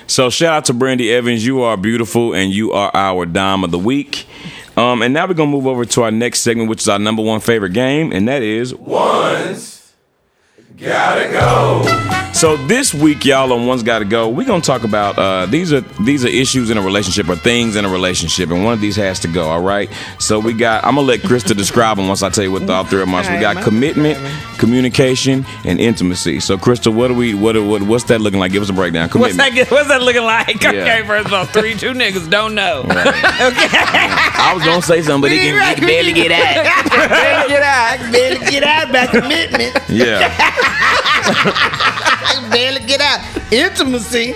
Speaker 1: So shout out to Brandy Evans. You are beautiful, and you are our dime of the week. Um, and now we're gonna move over to our next segment, which is our number one favorite game, and that is So this week, y'all, on One's Gotta Go, we're gonna talk about uh, these are these are issues in a relationship or things in a relationship, and one of these has to go. All right. So we got. I'm gonna let Krista describe them once I tell you what the all three of them are. So we got
Speaker 2: Alright, my-
Speaker 1: commitment, communication, and intimacy. So Krista, what do we what, are- what what's that looking like? Give us a breakdown.
Speaker 2: what's
Speaker 1: Commitment.
Speaker 2: that get- what's that looking like
Speaker 1: Yeah.
Speaker 2: okay first of all three two niggas don't know
Speaker 1: I was gonna say something, but it can, it can barely get out.
Speaker 2: Better get out better get out by commitment
Speaker 1: Yeah.
Speaker 2: barely get out. Intimacy.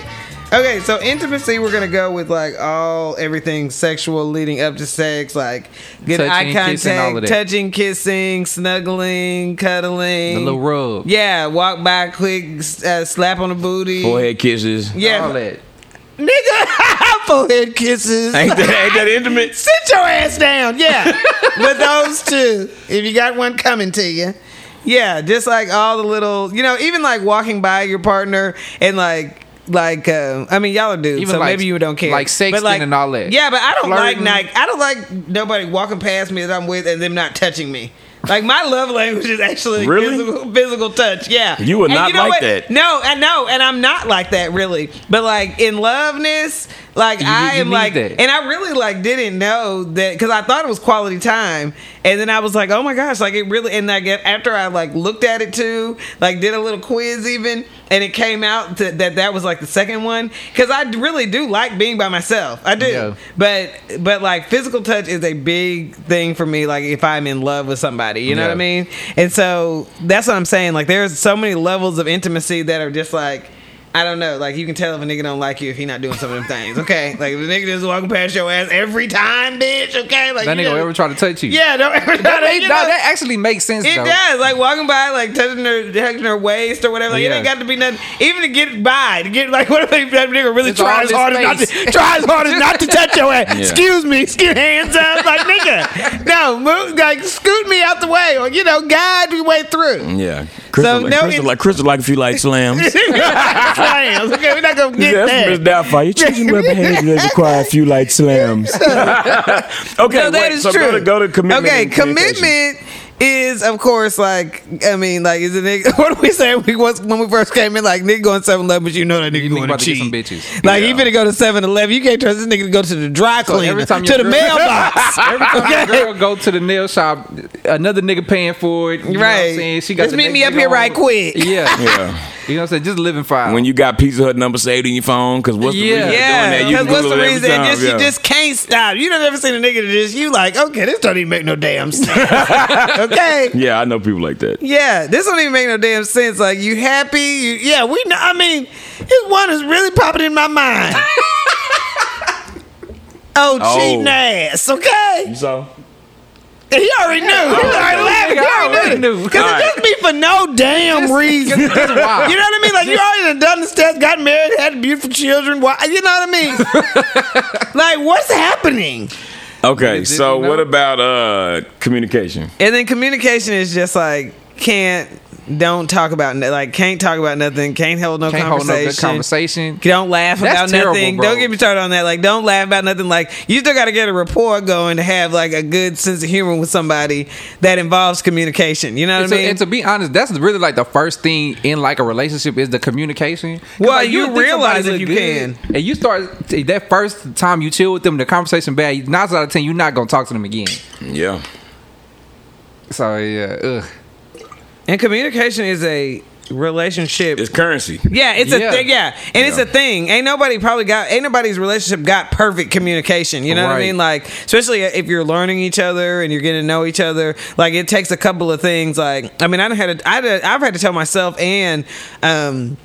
Speaker 2: Okay, so intimacy, we're gonna go with like all everything sexual leading up to sex, like good
Speaker 3: Touching,
Speaker 2: eye
Speaker 3: kissing, all of
Speaker 2: contact,
Speaker 3: that.
Speaker 2: touching, kissing, snuggling, cuddling,
Speaker 3: The little rub.
Speaker 2: Yeah, walk by, quick uh, slap on the booty.
Speaker 1: Forehead kisses.
Speaker 2: Yeah,
Speaker 3: All that.
Speaker 2: nigga, forehead kisses.
Speaker 1: Ain't that, ain't that intimate?
Speaker 2: Sit your ass down. Yeah, with those two, if you got one coming to you, Yeah, just like all the little, you know, even like walking by your partner and like. Like uh, I mean, y'all are dudes,
Speaker 3: Even
Speaker 2: so
Speaker 3: like-
Speaker 2: maybe you don't care.
Speaker 3: like sexting
Speaker 2: But,
Speaker 3: and all that.
Speaker 2: Yeah, but I don't
Speaker 3: Flirting.
Speaker 2: like like I don't like nobody walking past me that I'm with and them not touching me. Like my love language is actually
Speaker 1: Really?
Speaker 2: physical, physical touch. Yeah,
Speaker 1: You are
Speaker 2: And
Speaker 1: not
Speaker 2: know
Speaker 1: like
Speaker 2: what?
Speaker 1: that.
Speaker 2: No, and no, and I'm not like that really. But like in loveness, like
Speaker 3: You-
Speaker 2: I
Speaker 3: you
Speaker 2: am
Speaker 3: need
Speaker 2: like,
Speaker 3: that.
Speaker 2: and I really like didn't know that because I thought it was quality time, and then I was like, oh my gosh, like it really. And like after I like looked at it too, like did a little quiz even, and it came out to, that that was like the second one because I really do like being by myself. I do,
Speaker 3: Yeah.
Speaker 2: but but like physical touch is a big thing for me. Like if I'm in love with somebody, you know what I
Speaker 3: Yeah.
Speaker 2: mean. And so that's what I'm saying. Like there's so many levels of intimacy that are just like. I don't know. Like you can tell if a nigga don't like you if he not doing some of them things. Okay, like if a nigga just walking past your ass every time, bitch. Okay, like
Speaker 3: That
Speaker 2: you
Speaker 3: nigga
Speaker 2: know-
Speaker 3: ever try to touch you?
Speaker 2: Yeah, don't ever.
Speaker 3: That,
Speaker 2: you know,
Speaker 3: that, that actually makes sense.
Speaker 2: it
Speaker 3: though.
Speaker 2: does. Like walking by, like touching her, touching her waist or whatever. Like, It
Speaker 3: Yeah.
Speaker 2: ain't got to be nothing. Even to get by, to get like what if that nigga really
Speaker 3: It's all
Speaker 2: try as
Speaker 3: in
Speaker 2: hard as
Speaker 3: his
Speaker 2: not to
Speaker 3: face.
Speaker 2: try as hard as not to touch your ass.
Speaker 1: Yeah.
Speaker 2: Excuse me, excuse hands up, like nigga. No, move, like scoot me out the way, or you know, guide me way through.
Speaker 1: Yeah, Crystal, like,
Speaker 2: no,
Speaker 1: Crystal
Speaker 2: it-
Speaker 1: like Crystal like if you like slams.
Speaker 2: Slams. Okay, we're not gonna get
Speaker 1: yeah,
Speaker 2: that.
Speaker 1: that's Miss Doubtfire. Your children will behave they require a few like slams. okay,
Speaker 2: No, that
Speaker 1: wait,
Speaker 2: is
Speaker 1: so
Speaker 2: true.
Speaker 1: Go to, go to commitment.
Speaker 2: Okay,
Speaker 1: and communication.
Speaker 2: commitment is of course like I mean like is a nigga what do we say we was when we first came in like nigga going 7-Eleven but you know that nigga
Speaker 3: nigga
Speaker 2: going
Speaker 3: about
Speaker 2: to
Speaker 3: to get
Speaker 2: cheat
Speaker 3: some bitches.
Speaker 2: like he
Speaker 1: Yeah.
Speaker 2: finna go to 7-Eleven you can't trust this nigga to go to the dry
Speaker 3: So
Speaker 2: cleaner
Speaker 3: every time
Speaker 2: to
Speaker 3: your
Speaker 2: the
Speaker 3: girl-
Speaker 2: mailbox
Speaker 3: Every time
Speaker 2: Okay.
Speaker 3: a girl go to the nail shop, another nigga paying for it. You know what I'm
Speaker 2: Right.
Speaker 3: saying? She got
Speaker 2: Just
Speaker 3: the
Speaker 2: meet
Speaker 3: next
Speaker 2: me up
Speaker 3: nigga
Speaker 2: here
Speaker 3: on-
Speaker 2: right quick.
Speaker 3: Yeah.
Speaker 1: Yeah.
Speaker 3: You know what I'm saying? Just living file.
Speaker 1: When you got Pizza Hut number saved in your phone, because what's the
Speaker 3: Yeah.
Speaker 1: reason for doing
Speaker 2: yeah
Speaker 1: that? You
Speaker 2: because
Speaker 1: can
Speaker 2: what's
Speaker 1: Google
Speaker 2: the
Speaker 1: it every
Speaker 2: reason
Speaker 1: time,
Speaker 2: just,
Speaker 1: yeah.
Speaker 2: you just can't stop you don't ever seen a nigga that just you like okay this don't even make no damn sense okay
Speaker 1: yeah, I know people like that.
Speaker 2: Yeah, this don't even make no damn sense. Like you happy? You, yeah, we. know I mean, this one is really popping in my mind. oh,
Speaker 1: Oh.
Speaker 2: cheating ass. Okay,
Speaker 1: You saw?
Speaker 2: he already knew. He was already laughing. He
Speaker 3: I
Speaker 2: already
Speaker 3: already
Speaker 2: knew.
Speaker 3: knew.
Speaker 2: Because
Speaker 1: Alright.
Speaker 2: it just be for no damn reason.
Speaker 3: Just- just wild.
Speaker 2: You know what I mean? Like you already done, done the steps, got married, had beautiful children. Why? You know what I mean? like what's happening?
Speaker 1: Okay,
Speaker 3: Did
Speaker 1: so
Speaker 3: you know?
Speaker 1: what about uh communication?
Speaker 2: And then communication is just like can't don't talk about no- like can't talk about nothing, can't hold no
Speaker 3: Can't hold
Speaker 2: conversation.
Speaker 3: no good conversation.
Speaker 2: Don't laugh
Speaker 3: That's
Speaker 2: about
Speaker 3: terrible,
Speaker 2: nothing.
Speaker 3: bro.
Speaker 2: Don't get me started on that. Like, don't laugh about nothing. Like, you still got to get a rapport going to have like a good sense of humor with somebody that involves communication. You know what
Speaker 3: And
Speaker 2: I
Speaker 3: to,
Speaker 2: mean?
Speaker 3: and to be honest, that's really like the first thing in like a relationship is the communication. 'Cause,
Speaker 2: Well,
Speaker 3: like,
Speaker 2: you
Speaker 3: would think
Speaker 2: realize
Speaker 3: somebody
Speaker 2: if
Speaker 3: look
Speaker 2: you
Speaker 3: good, and you start that first time you chill with them, the conversation bad. Nine out of ten, you're not gonna talk to them again.
Speaker 1: Yeah.
Speaker 3: So yeah, ugh.
Speaker 2: and communication is a relationship.
Speaker 1: It's currency.
Speaker 2: yeah, it's a
Speaker 3: Yeah.
Speaker 2: thing. Yeah, and it's
Speaker 1: Yeah.
Speaker 2: a thing. Ain't nobody probably got ain't nobody's relationship got perfect communication. You know what I
Speaker 3: Right.
Speaker 2: mean? Like, especially if you're learning each other and you're getting to know each other. Like, it takes a couple of things. Like, I mean, I done had to, I done, I've had to tell myself and um,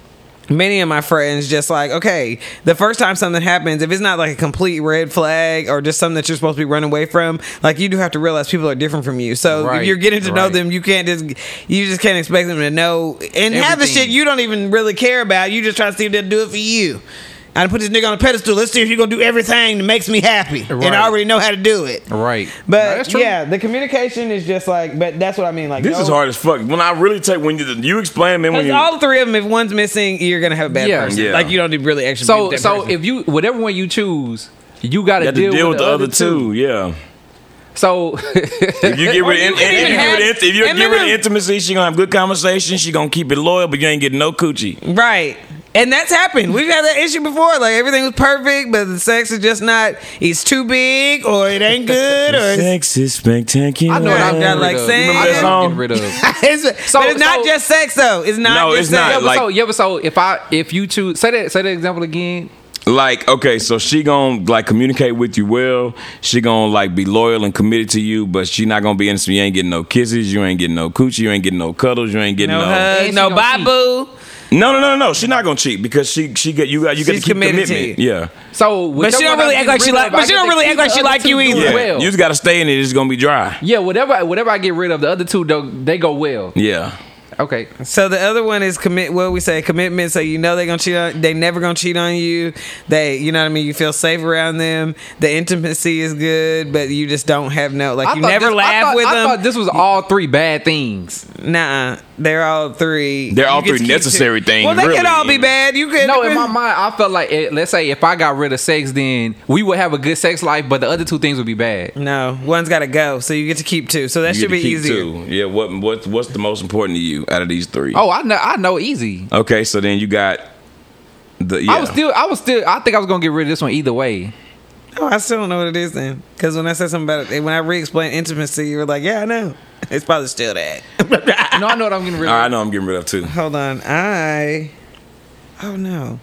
Speaker 2: many of my friends just like okay the first time something happens if it's not like a complete red flag or just something that you're supposed to be running away from like you do have to realize people are different from you so
Speaker 3: Right,
Speaker 2: if you're getting to know
Speaker 3: right.
Speaker 2: them you can't just you just can't expect them to know and have the
Speaker 3: Everything.
Speaker 2: shit you don't even really care about you just try to see if they'll do it for you I done put this nigga on a pedestal. Let's see if you're gonna do everything that makes me happy, and
Speaker 3: Right.
Speaker 2: I already know how to do it.
Speaker 3: right. No,
Speaker 2: But
Speaker 3: that's true.
Speaker 2: yeah, the communication is just like. But that's what I mean. Like
Speaker 1: This
Speaker 2: no-
Speaker 1: is hard as fuck. When I really take when you you explain man when
Speaker 2: Because
Speaker 1: you
Speaker 2: all three of them, if one's missing, you're gonna have a bad
Speaker 3: Yeah.
Speaker 2: person.
Speaker 1: Yeah.
Speaker 2: Like you don't need really extra.
Speaker 3: So
Speaker 2: that
Speaker 3: so
Speaker 2: person.
Speaker 3: if you whatever one you choose, you got
Speaker 1: you
Speaker 3: to
Speaker 1: have to deal with the other two. Yeah.
Speaker 3: So
Speaker 1: If you get rid of, and-
Speaker 2: you can
Speaker 1: and
Speaker 2: even
Speaker 1: if you get rid of,
Speaker 2: have-
Speaker 1: if you
Speaker 2: and
Speaker 1: get rid of
Speaker 2: remember-
Speaker 1: intimacy, she gonna have good conversation. She gonna keep it loyal, but you ain't getting no coochie.
Speaker 2: Right. And that's happened. We've had that issue before. Like everything was perfect, but the sex is just not. It's too big, or it ain't good, or it's.
Speaker 1: Sex is spectacular.
Speaker 3: I know what
Speaker 2: Got
Speaker 3: I'm getting
Speaker 2: like
Speaker 3: rid of.
Speaker 2: sand.
Speaker 3: You remember
Speaker 1: Song.
Speaker 3: that song? Getting rid of.
Speaker 2: it's
Speaker 3: So-
Speaker 2: but it's not
Speaker 3: so-
Speaker 2: just sex, though. It's not.
Speaker 1: No,
Speaker 2: just
Speaker 1: it's
Speaker 2: sex.
Speaker 1: not.
Speaker 3: Yeah, but
Speaker 1: Like-
Speaker 3: so yeah, but so if I if you two say that say that example again,
Speaker 1: Like okay, so she gonna like communicate with you well. She gonna like be loyal and committed to you, but she not gonna be innocent. You ain't getting no kisses. You ain't getting no coochie. You ain't getting no cuddles. You ain't getting
Speaker 2: No
Speaker 1: no.
Speaker 2: hugs,
Speaker 3: she
Speaker 2: no
Speaker 3: gonna
Speaker 2: bye
Speaker 3: cheat.
Speaker 2: boo.
Speaker 1: No, no, no, no. She not gonna cheat because she she get you got you get
Speaker 2: She's
Speaker 1: to keep
Speaker 2: committed to
Speaker 1: commitment.
Speaker 2: you.
Speaker 1: yeah.
Speaker 3: so
Speaker 2: But she don't really act like she like- but she don't really act like she like you either.
Speaker 1: Yeah,
Speaker 3: Well.
Speaker 1: you just gotta stay in it. It's gonna be dry.
Speaker 3: yeah, whatever whatever I get rid of, the other two though, they go well.
Speaker 1: Yeah,
Speaker 3: Okay.
Speaker 2: So the other one is commit. What we say, commitment. So you know they're gonna cheat. on They never gonna cheat on you. They, you know what I mean. You feel safe around them. The intimacy is good, but you just don't have no. Like
Speaker 3: I
Speaker 2: you
Speaker 3: thought
Speaker 2: never
Speaker 3: this- I
Speaker 2: laugh
Speaker 3: thought-
Speaker 2: with
Speaker 3: I
Speaker 2: them.
Speaker 3: thought this was all three bad things.
Speaker 2: Nah, they're all three.
Speaker 1: They're all
Speaker 2: You get
Speaker 1: three
Speaker 2: to keep
Speaker 1: necessary
Speaker 2: two.
Speaker 1: things,
Speaker 2: Well, they could
Speaker 1: really.
Speaker 2: all be bad. You could
Speaker 3: No, in my mind, I felt like eh, let's say if I got rid of sex, then we would have a good sex life, but the other two things would be bad.
Speaker 2: No, one's got to go, so you get to keep two. So that
Speaker 1: You
Speaker 2: should
Speaker 1: get
Speaker 2: be
Speaker 1: to keep
Speaker 2: easier.
Speaker 1: two. Yeah. What what what's the most important to you out of these three?
Speaker 3: Oh, I know, I know, easy.
Speaker 1: Okay. So then you got the. Yeah.
Speaker 3: I was still, I was still, I think I was gonna get rid of this one either way.
Speaker 2: Oh, I still don't know what it is then. Because when I said something about it, when I re-explained intimacy, you were like, "Yeah, I know." It's probably still that.
Speaker 3: No, I know what I'm getting rid
Speaker 1: All right, I
Speaker 3: of.
Speaker 1: know I'm getting rid of two.
Speaker 2: Hold on, I. Oh no.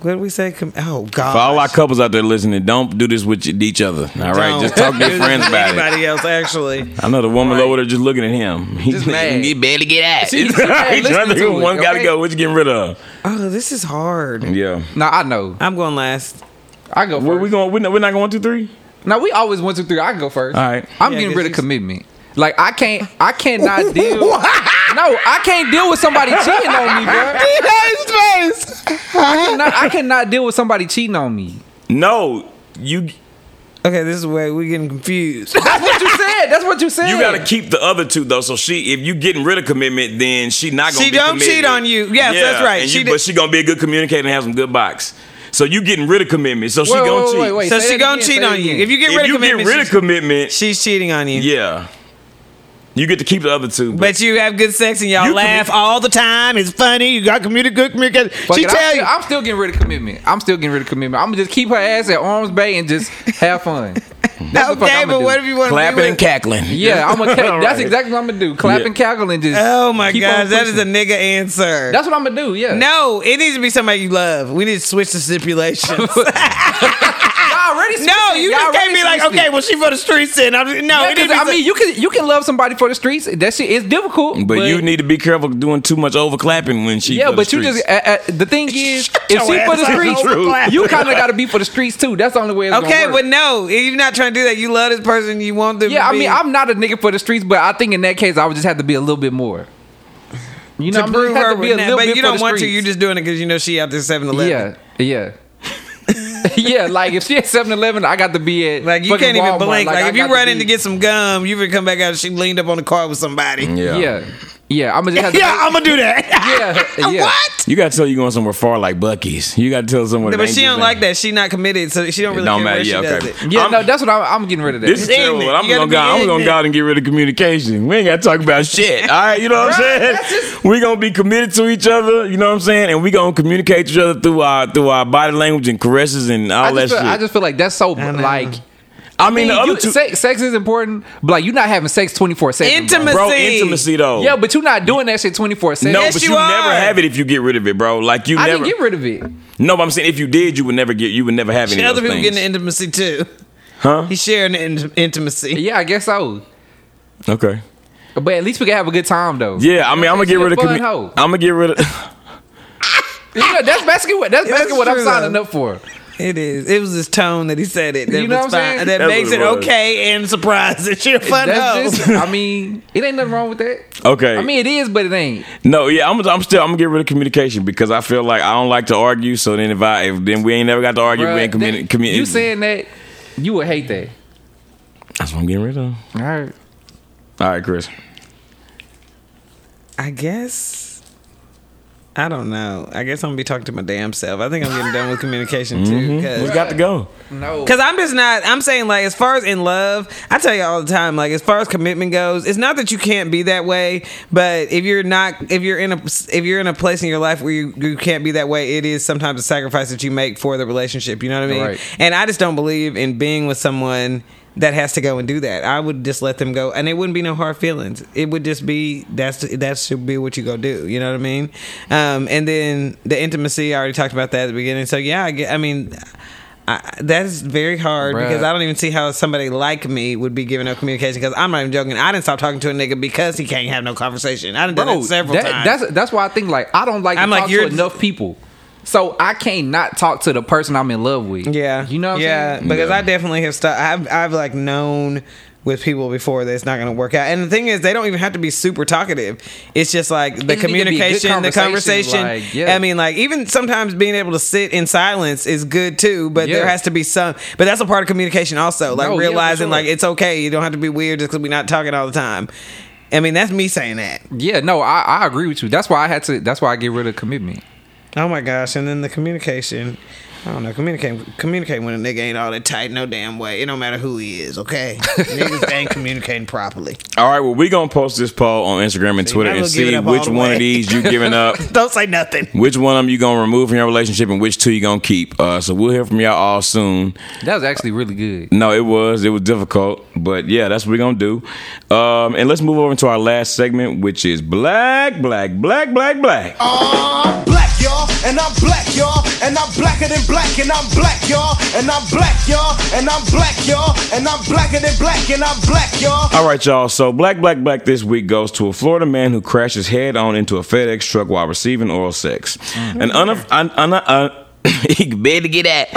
Speaker 2: What did we say? Com- oh God.
Speaker 1: For all our couples out there listening, don't do this with y- each other. All right, just talk to your friends about it.
Speaker 2: Anybody else actually?
Speaker 1: I know the woman over there just looking at him. He
Speaker 3: Just mad.
Speaker 1: He barely get out.
Speaker 3: She- she mad
Speaker 1: He's trying to
Speaker 3: listening
Speaker 1: think
Speaker 3: to
Speaker 1: of
Speaker 3: it,
Speaker 1: one got to
Speaker 3: okay?
Speaker 1: go. What you getting rid of?
Speaker 2: Oh, this is hard.
Speaker 1: Yeah.
Speaker 3: No, I know.
Speaker 2: I'm going last.
Speaker 3: I go
Speaker 1: Where we
Speaker 3: first.
Speaker 1: going? We're not, we're not going two three.
Speaker 3: No, we always one, two, three. I go first.
Speaker 1: All right.
Speaker 3: I'm
Speaker 2: Yeah,
Speaker 3: getting
Speaker 2: 'cause
Speaker 3: rid of
Speaker 2: you-
Speaker 3: commitment. Like I can't, I cannot deal. no, I can't deal with somebody cheating on me, bro. No, I cannot deal with somebody cheating on me.
Speaker 1: No, you you
Speaker 2: Okay, this is where we're getting confused.
Speaker 3: That's what you said. That's what you said.
Speaker 1: got to keep the other two though. So she, if you getting rid of commitment, then she not gonna.
Speaker 2: She
Speaker 1: be
Speaker 2: don't
Speaker 1: committed.
Speaker 2: cheat on you. Yes, that's right.
Speaker 1: and
Speaker 2: She
Speaker 1: you-
Speaker 2: did-
Speaker 1: but she gonna be a good communicator and have some good box. So you getting rid of commitment. So she
Speaker 3: Wait,
Speaker 1: gonna
Speaker 3: wait,
Speaker 1: cheat.
Speaker 3: wait, wait.
Speaker 2: so
Speaker 3: Say
Speaker 2: she
Speaker 3: that
Speaker 2: gonna
Speaker 3: again,
Speaker 2: cheat
Speaker 3: say
Speaker 2: on
Speaker 3: it
Speaker 2: you.
Speaker 3: again.
Speaker 2: If you get
Speaker 1: if
Speaker 2: rid of
Speaker 1: you
Speaker 2: commitment,
Speaker 1: get rid of
Speaker 2: she's-
Speaker 1: commitment,
Speaker 2: she's cheating on you.
Speaker 1: yeah, you get to keep the other two.
Speaker 2: But you have good sex and y'all
Speaker 1: You
Speaker 2: laugh
Speaker 1: commu-
Speaker 2: all the time. It's funny. You got community good communication.
Speaker 3: Fuck
Speaker 2: She
Speaker 3: it, I'm
Speaker 2: tell
Speaker 3: still-
Speaker 2: you.
Speaker 3: I'm still getting rid of commitment. I'm still getting rid of commitment. I'm gonna just keep her ass at arm's bay and just have fun. That's the fuck
Speaker 2: okay,
Speaker 3: I'ma
Speaker 2: but
Speaker 3: do.
Speaker 2: what if you want to
Speaker 1: clapping
Speaker 2: be
Speaker 1: and
Speaker 2: with-
Speaker 1: cackling.
Speaker 3: Yeah, I'm gonna.
Speaker 1: All
Speaker 3: That's
Speaker 1: right.
Speaker 3: exactly what I'm gonna do. Clap
Speaker 1: Yeah.
Speaker 3: and cackle and just.
Speaker 2: Oh my
Speaker 3: keep
Speaker 2: god,
Speaker 3: on
Speaker 2: that is a
Speaker 3: pushing.
Speaker 2: nigga answer.
Speaker 3: That's what I'm gonna do. Yeah.
Speaker 2: no, it needs to be somebody you love. We need to switch the stipulations.
Speaker 3: Y'all already. switched
Speaker 2: no,
Speaker 3: it.
Speaker 2: you
Speaker 3: Y'all
Speaker 2: just can't
Speaker 3: already
Speaker 2: be like,
Speaker 3: switched it.
Speaker 2: okay, well she for the streets and I'm no.
Speaker 3: Yeah,
Speaker 2: it needs
Speaker 3: 'cause,
Speaker 2: to
Speaker 3: I mean, you can you can love somebody for the streets. That shit is difficult.
Speaker 1: But, you need to be careful doing too much overclapping when she.
Speaker 3: Yeah,
Speaker 1: for the
Speaker 3: but you
Speaker 1: streets.
Speaker 3: just uh, uh, the thing is,
Speaker 2: your
Speaker 3: if she for the
Speaker 2: ass out.
Speaker 3: streets,
Speaker 1: True.
Speaker 3: you kind of got to be for the streets too. That's the only way. It's gonna
Speaker 2: okay,
Speaker 3: work.
Speaker 2: but no, if you're not trying to do that. You love this person. You want them.
Speaker 3: Yeah,
Speaker 2: to
Speaker 3: I
Speaker 2: be-
Speaker 3: mean, I'm not a nigga for the streets, but I think in that case, I would just have to be a little bit more. You know,
Speaker 2: to
Speaker 3: I'm
Speaker 2: prove
Speaker 3: just
Speaker 2: her,
Speaker 3: have to be a
Speaker 2: nah,
Speaker 3: little
Speaker 2: but
Speaker 3: bit
Speaker 2: you
Speaker 3: for
Speaker 2: don't
Speaker 3: the
Speaker 2: want to.
Speaker 3: streets.
Speaker 2: You're just doing it because you know she out there 7-Eleven.
Speaker 3: yeah, yeah. yeah, like if she at 7-Eleven, I got to be at
Speaker 2: Like you
Speaker 3: fucking
Speaker 2: can't even
Speaker 3: Walmart.
Speaker 2: blink. Like,
Speaker 3: I
Speaker 2: if you
Speaker 3: got
Speaker 2: run in
Speaker 3: be-
Speaker 2: to get some gum, you would come back out. and She leaned up on the car with somebody.
Speaker 1: yeah.
Speaker 3: yeah, yeah, I'm gonna just have to.
Speaker 2: Yeah, I'm gonna do that.
Speaker 3: yeah, yeah.
Speaker 2: What?
Speaker 1: You gotta tell you going somewhere far like Bucky's. You gotta tell somewhere.
Speaker 2: But she don't like that. She not committed, so she don't really
Speaker 1: don't matter.
Speaker 2: care where she
Speaker 1: Yeah,
Speaker 2: does
Speaker 1: okay.
Speaker 2: it.
Speaker 3: Yeah,
Speaker 1: I'm-
Speaker 3: no, that's what I'm, I'm getting rid of. That.
Speaker 1: This is
Speaker 2: It's
Speaker 1: terrible. I'm
Speaker 2: ignorant. You gotta
Speaker 1: gonna
Speaker 2: be
Speaker 1: go. I'm gonna
Speaker 2: ignorant.
Speaker 1: go out and get rid of communication. We ain't gotta talk about shit. All right, you know what I'm saying? We gonna be committed to each other. You know what I'm saying? And we gonna communicate to each other through our through our body language and caresses and all
Speaker 3: I
Speaker 1: that
Speaker 3: just, feel,
Speaker 1: shit.
Speaker 3: I just feel like that's so
Speaker 2: know.
Speaker 3: like.
Speaker 1: I mean, the
Speaker 3: you-
Speaker 1: other two,
Speaker 3: sex, sex is important, but like you're not having sex 24 seven.
Speaker 2: Intimacy.
Speaker 1: bro, intimacy though.
Speaker 3: Yeah, but you're not doing that shit 24 seven.
Speaker 1: no,
Speaker 2: Yes,
Speaker 1: but
Speaker 2: you
Speaker 1: you,
Speaker 2: are.
Speaker 1: never have it if you get rid of it, bro. Like you
Speaker 3: I
Speaker 1: never.
Speaker 3: didn't get rid of it.
Speaker 1: no, but I'm saying if you did, you would never get. You would never have any
Speaker 2: The
Speaker 1: of
Speaker 2: other
Speaker 1: those
Speaker 2: people
Speaker 1: things.
Speaker 2: getting the intimacy too.
Speaker 1: Huh?
Speaker 2: He's sharing the in- intimacy.
Speaker 3: Yeah, I guess so.
Speaker 1: Okay.
Speaker 3: But at least we can have a good time though.
Speaker 1: Yeah, I mean, I'm gonna
Speaker 3: She
Speaker 1: get
Speaker 3: a
Speaker 1: rid of.
Speaker 3: fun
Speaker 1: commu-
Speaker 3: hoe.
Speaker 1: I'm gonna get rid of.
Speaker 3: You know, that's basically what that's
Speaker 2: Yeah, that's
Speaker 3: basically what I'm
Speaker 2: true,
Speaker 3: signing
Speaker 2: though.
Speaker 3: up for.
Speaker 2: It is. It was his tone that he said it. That
Speaker 3: You know
Speaker 2: was
Speaker 3: what I'm saying?
Speaker 2: fine. That
Speaker 1: That's
Speaker 2: makes
Speaker 1: what
Speaker 2: it
Speaker 1: it was.
Speaker 2: okay and surprised that you're a fun hoe.
Speaker 3: That's just, I mean, it ain't nothing wrong with that.
Speaker 1: Okay.
Speaker 3: I mean, it is, but it ain't.
Speaker 1: No, yeah, I'm, I'm still I'm gonna get rid of communication because I feel like I don't like to argue. So then if I if then we ain't never got to argue, we
Speaker 3: Bruh,
Speaker 1: ain't
Speaker 3: that-
Speaker 1: committed. Commu-
Speaker 3: you saying that, you would hate that.
Speaker 1: that's what I'm getting rid of.
Speaker 3: All right.
Speaker 1: All right, Chris.
Speaker 2: I guess. I don't know. I guess I'm gonna be talking to my damn self. I think I'm getting done with communication too.
Speaker 1: We
Speaker 2: 'cause-
Speaker 1: got to Mm-hmm. go.
Speaker 3: No.
Speaker 2: Cause I'm just not. I'm saying like as far as in love, I tell you all the time. Like as far as commitment goes, it's not that you can't be that way, but if you're not, if you're in a, if you're in a place in your life where you, you can't be that way, it is sometimes a sacrifice that you make for the relationship. You know what I mean?
Speaker 3: Right.
Speaker 2: And I just don't believe in being with someone that has to go and do that. I would just let them go, and it wouldn't be no hard feelings. It would just be that's that should be what you go do. You know what I mean? Um, and then the intimacy, I already talked about that at the beginning. So yeah, I, get, I mean. I, that is very hard
Speaker 3: Bruh.
Speaker 2: because I don't even see how somebody like me would be giving up communication. Because I'm not even joking. I didn't stop talking to a nigga because he can't have no conversation. I done done
Speaker 3: Bro,
Speaker 2: it several
Speaker 3: that-
Speaker 2: times.
Speaker 3: That's that's why I think like I don't like to
Speaker 2: I'm like,
Speaker 3: talk
Speaker 2: you're-
Speaker 3: to enough people. So I can't not talk to the person I'm in love with.
Speaker 2: Yeah,
Speaker 3: You know what I'm
Speaker 2: yeah,
Speaker 3: saying?
Speaker 2: because
Speaker 1: Yeah.
Speaker 2: I definitely have stopped. I've I've like known with people before that's not going to work out. And the thing is, they don't even have to be super talkative. It's just like the
Speaker 3: just need to be good
Speaker 2: communication, the
Speaker 3: conversation,
Speaker 2: conversation.
Speaker 3: like, yeah.
Speaker 2: I mean, like even sometimes being able to sit in silence is good too. But there
Speaker 3: Yeah.
Speaker 2: has to be some. But that's a part of communication also, like
Speaker 3: No, yeah, for
Speaker 2: realizing
Speaker 3: sure.
Speaker 2: like it's okay. You don't have to be weird just because we're not talking all the time. I mean, that's me saying that.
Speaker 3: Yeah, no, I, I agree with you. That's why I had to. That's why I get rid of commitment.
Speaker 2: Oh my gosh! And then the communication. I don't know. Communicate, communicate when a nigga ain't all that tight. No damn way. It don't matter who he is. Okay, niggas ain't communicating properly.
Speaker 1: All right, well, we gonna post this poll on Instagram and Twitter
Speaker 2: might
Speaker 1: and
Speaker 2: as well give it
Speaker 1: see
Speaker 2: up all
Speaker 1: which
Speaker 2: the
Speaker 1: one
Speaker 2: way.
Speaker 1: of these you giving up,
Speaker 2: Don't say nothing.
Speaker 1: which one of them you gonna remove from your relationship, and which two you gonna keep. Uh, so we'll hear from y'all all soon.
Speaker 3: That was actually really good.
Speaker 1: No, it was it was difficult, but yeah, that's what we're gonna do. Um, and let's move over to our last segment, which is black, black, black, black, black.
Speaker 5: I'm black, y'all, and I'm black, y'all, and I'm blacker than black, and I'm black, y'all, and I'm black, y'all, and I'm black, y'all, and I'm blacker than black, and I'm black, y'all.
Speaker 1: All right, y'all. So, Black Black Black this week goes to a Florida man who crashes head on into a FedEx truck while receiving oral sex.
Speaker 2: Mm-hmm.
Speaker 1: An unif un- un- un- he better get that.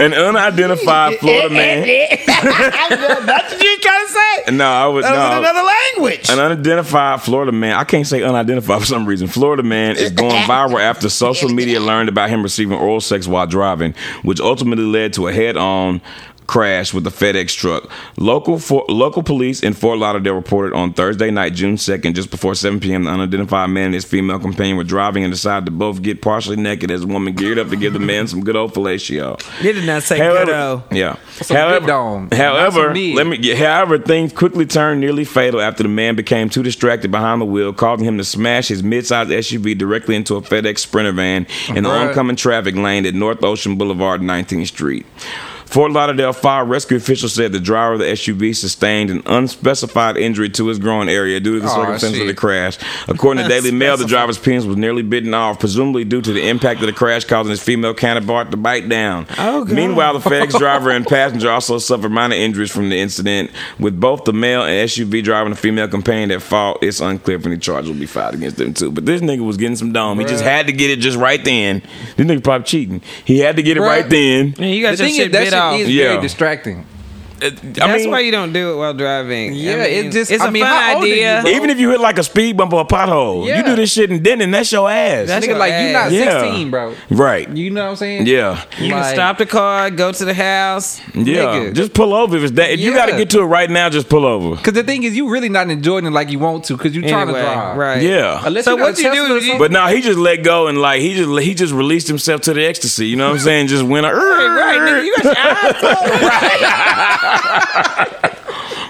Speaker 1: An unidentified Florida man.
Speaker 2: That's what you trying to say.
Speaker 1: No, I would
Speaker 2: That was in
Speaker 1: no.
Speaker 2: another language.
Speaker 1: An unidentified Florida man. I can't say unidentified for some reason. Florida man is going viral after social media learned about him receiving oral sex while driving, which ultimately led to a head-on crash with a FedEx truck. Local for, local police in Fort Lauderdale reported on Thursday night, June 2nd, just before 7 p.m., the unidentified man and his female companion were driving and decided to both get partially naked as a woman geared up to give the man some good old fellatio.
Speaker 2: You did not say
Speaker 1: However,
Speaker 2: ghetto.
Speaker 1: yeah.
Speaker 3: Some good dong. Not
Speaker 1: however,
Speaker 3: some mid.
Speaker 1: let me. yeah, However, things quickly turned nearly fatal after the man became too distracted behind the wheel, causing him to smash his mid-sized SUV directly into a FedEx Sprinter van in the
Speaker 3: Bruh.
Speaker 1: oncoming traffic lane at North Ocean Boulevard, 19th Street. Fort Lauderdale fire rescue officials said the driver of the SUV sustained an unspecified injury to his groin area due to the
Speaker 3: Aw,
Speaker 1: circumstances of the
Speaker 3: shit.
Speaker 1: crash. According to Daily Mail, the driver's penis was nearly bitten off, presumably due to the impact of the crash, causing his female counterpart to bite down.
Speaker 2: Oh, God.
Speaker 1: Meanwhile, the FedEx driver and passenger also suffered minor injuries from the incident. With both the male and SUV driver and the female companion at fault, it's unclear if any charges will be filed against them too. But this nigga was getting some dome. He just had to get it just right then. This nigga probably cheating. He had to get it
Speaker 3: Bruh.
Speaker 1: right then. Uh,
Speaker 2: Man, you
Speaker 3: The
Speaker 2: got your
Speaker 3: thing
Speaker 2: shit
Speaker 3: is, that
Speaker 2: bit
Speaker 3: shit
Speaker 2: off.
Speaker 3: is
Speaker 1: Yeah.
Speaker 3: very distracting.
Speaker 2: That's why you don't do it while driving.
Speaker 3: Yeah,
Speaker 2: I mean,
Speaker 3: it just-
Speaker 2: it's
Speaker 3: I
Speaker 2: a
Speaker 3: mean,
Speaker 2: fun
Speaker 3: how old are you,
Speaker 2: idea.
Speaker 3: bro?
Speaker 1: even if you hit like a speed bump or a pothole, you
Speaker 3: Yeah.
Speaker 1: do this shit in Denton, that's your ass.
Speaker 2: That's
Speaker 3: Nigga,
Speaker 2: your
Speaker 3: like you not
Speaker 2: ass.
Speaker 1: Yeah.
Speaker 3: 16, bro.
Speaker 1: right.
Speaker 3: You know what I'm saying?
Speaker 1: Yeah.
Speaker 2: You can
Speaker 3: Like-
Speaker 2: stop the car, go to the house.
Speaker 1: Yeah.
Speaker 3: Nigga.
Speaker 1: Just pull over if it's that. If you got to
Speaker 3: Yeah.
Speaker 1: get to it right now, just pull over.
Speaker 3: Cause the thing is, you really not enjoying it like you want to, cause you trying
Speaker 2: Anyway,
Speaker 3: to drive.
Speaker 2: right?
Speaker 1: Yeah.
Speaker 3: Unless
Speaker 2: So
Speaker 3: you got
Speaker 2: what
Speaker 3: a
Speaker 2: you do
Speaker 3: Tesla or
Speaker 2: is you-
Speaker 3: something.
Speaker 1: But now he just let go and like he just he just released himself to the ecstasy. You know what I'm saying? Just went
Speaker 2: Right, right, nigga, you got your eyes closed.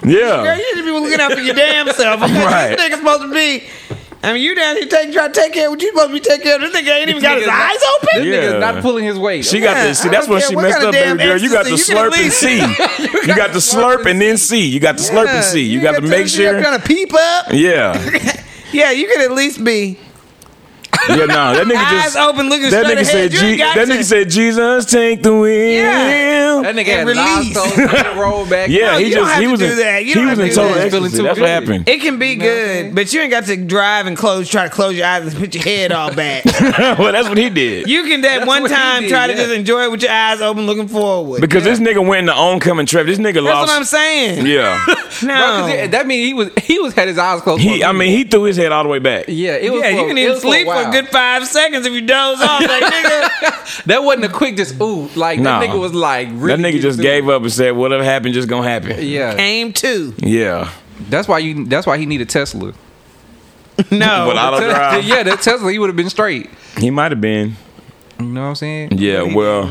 Speaker 2: Girl,
Speaker 1: yeah.
Speaker 2: you should be looking out for your damn self. Okay?
Speaker 1: Right.
Speaker 2: This nigga's supposed to be. I mean, you down here taking, trying to take care of what you supposed to be taking care of. This nigga ain't even got his
Speaker 3: Nigga,
Speaker 2: eyes
Speaker 3: This
Speaker 1: Yeah.
Speaker 2: open.
Speaker 3: nigga's not pulling his weight.
Speaker 1: She
Speaker 2: Yeah,
Speaker 1: got the see.
Speaker 2: I
Speaker 1: That's
Speaker 2: don't
Speaker 1: when
Speaker 2: care
Speaker 1: she
Speaker 2: what
Speaker 1: messed
Speaker 2: kind
Speaker 1: up,
Speaker 2: of
Speaker 1: baby
Speaker 2: damn
Speaker 1: girl. You got the
Speaker 2: ecstasy,
Speaker 1: slurp and
Speaker 2: you can least-
Speaker 1: see. You got the slurp and then see. You got the slurp and see. You got to make
Speaker 2: You're
Speaker 1: sure.
Speaker 2: trying to peep up.
Speaker 1: Yeah.
Speaker 2: Yeah, you could at least be
Speaker 1: Yeah. No. That nigga
Speaker 2: eyes
Speaker 1: just.
Speaker 2: open, looking
Speaker 1: That
Speaker 2: straight
Speaker 1: nigga
Speaker 2: ahead.
Speaker 1: said.
Speaker 2: You
Speaker 1: Je-
Speaker 2: ain't got
Speaker 1: That
Speaker 2: to.
Speaker 1: nigga said. Jesus, take the wheel.
Speaker 3: that
Speaker 2: And
Speaker 3: nigga had
Speaker 2: release.
Speaker 3: release. roll back.
Speaker 1: Yeah.
Speaker 2: No,
Speaker 1: He
Speaker 2: you don't
Speaker 1: just.
Speaker 2: have
Speaker 1: He
Speaker 2: to
Speaker 1: was
Speaker 2: do
Speaker 1: in.
Speaker 2: that. You
Speaker 1: He
Speaker 2: don't
Speaker 1: was
Speaker 2: have
Speaker 1: in
Speaker 2: to
Speaker 1: total
Speaker 2: do that.
Speaker 1: ecstasy.
Speaker 3: Feeling
Speaker 1: That's what
Speaker 3: too good.
Speaker 1: happened.
Speaker 2: It can be
Speaker 3: know what I'm
Speaker 2: good,
Speaker 3: saying?
Speaker 2: but you ain't got to drive and close, try to close your eyes and put your head all back.
Speaker 1: Well, that's what he did.
Speaker 2: you can that
Speaker 3: That's
Speaker 2: one
Speaker 3: what he
Speaker 2: time
Speaker 3: did,
Speaker 2: try to
Speaker 3: yeah.
Speaker 2: just enjoy it with your eyes open, looking forward.
Speaker 1: Because this nigga went in the oncoming traffic. This nigga
Speaker 2: That's what I'm
Speaker 1: lost.
Speaker 2: saying.
Speaker 1: Yeah.
Speaker 3: Bro, 'cause
Speaker 2: No.
Speaker 3: it- that means he was he was had his eyes closed. for
Speaker 1: He.
Speaker 3: a
Speaker 1: I mean, he threw his head all the way back.
Speaker 3: Yeah, it was.
Speaker 2: yeah,
Speaker 3: for,
Speaker 2: you can
Speaker 3: it
Speaker 2: even
Speaker 3: was for a
Speaker 2: sleep for a
Speaker 3: while.
Speaker 2: good five seconds if you doze off. Like, nigga,
Speaker 3: That wasn't a quick just ooh. Like
Speaker 1: Nah.
Speaker 3: that nigga was like really.
Speaker 1: that nigga
Speaker 3: getting
Speaker 1: just
Speaker 3: through
Speaker 1: gave up and said, "Whatever happened, just gonna happen."
Speaker 3: it. Yeah,
Speaker 2: aim two.
Speaker 1: Yeah.
Speaker 3: that's why you. That's why he need a Tesla.
Speaker 2: No.
Speaker 1: But I don't drive.
Speaker 3: yeah, that Tesla he would have been straight.
Speaker 1: He might have been.
Speaker 3: You know what I'm saying?
Speaker 1: Yeah. Well,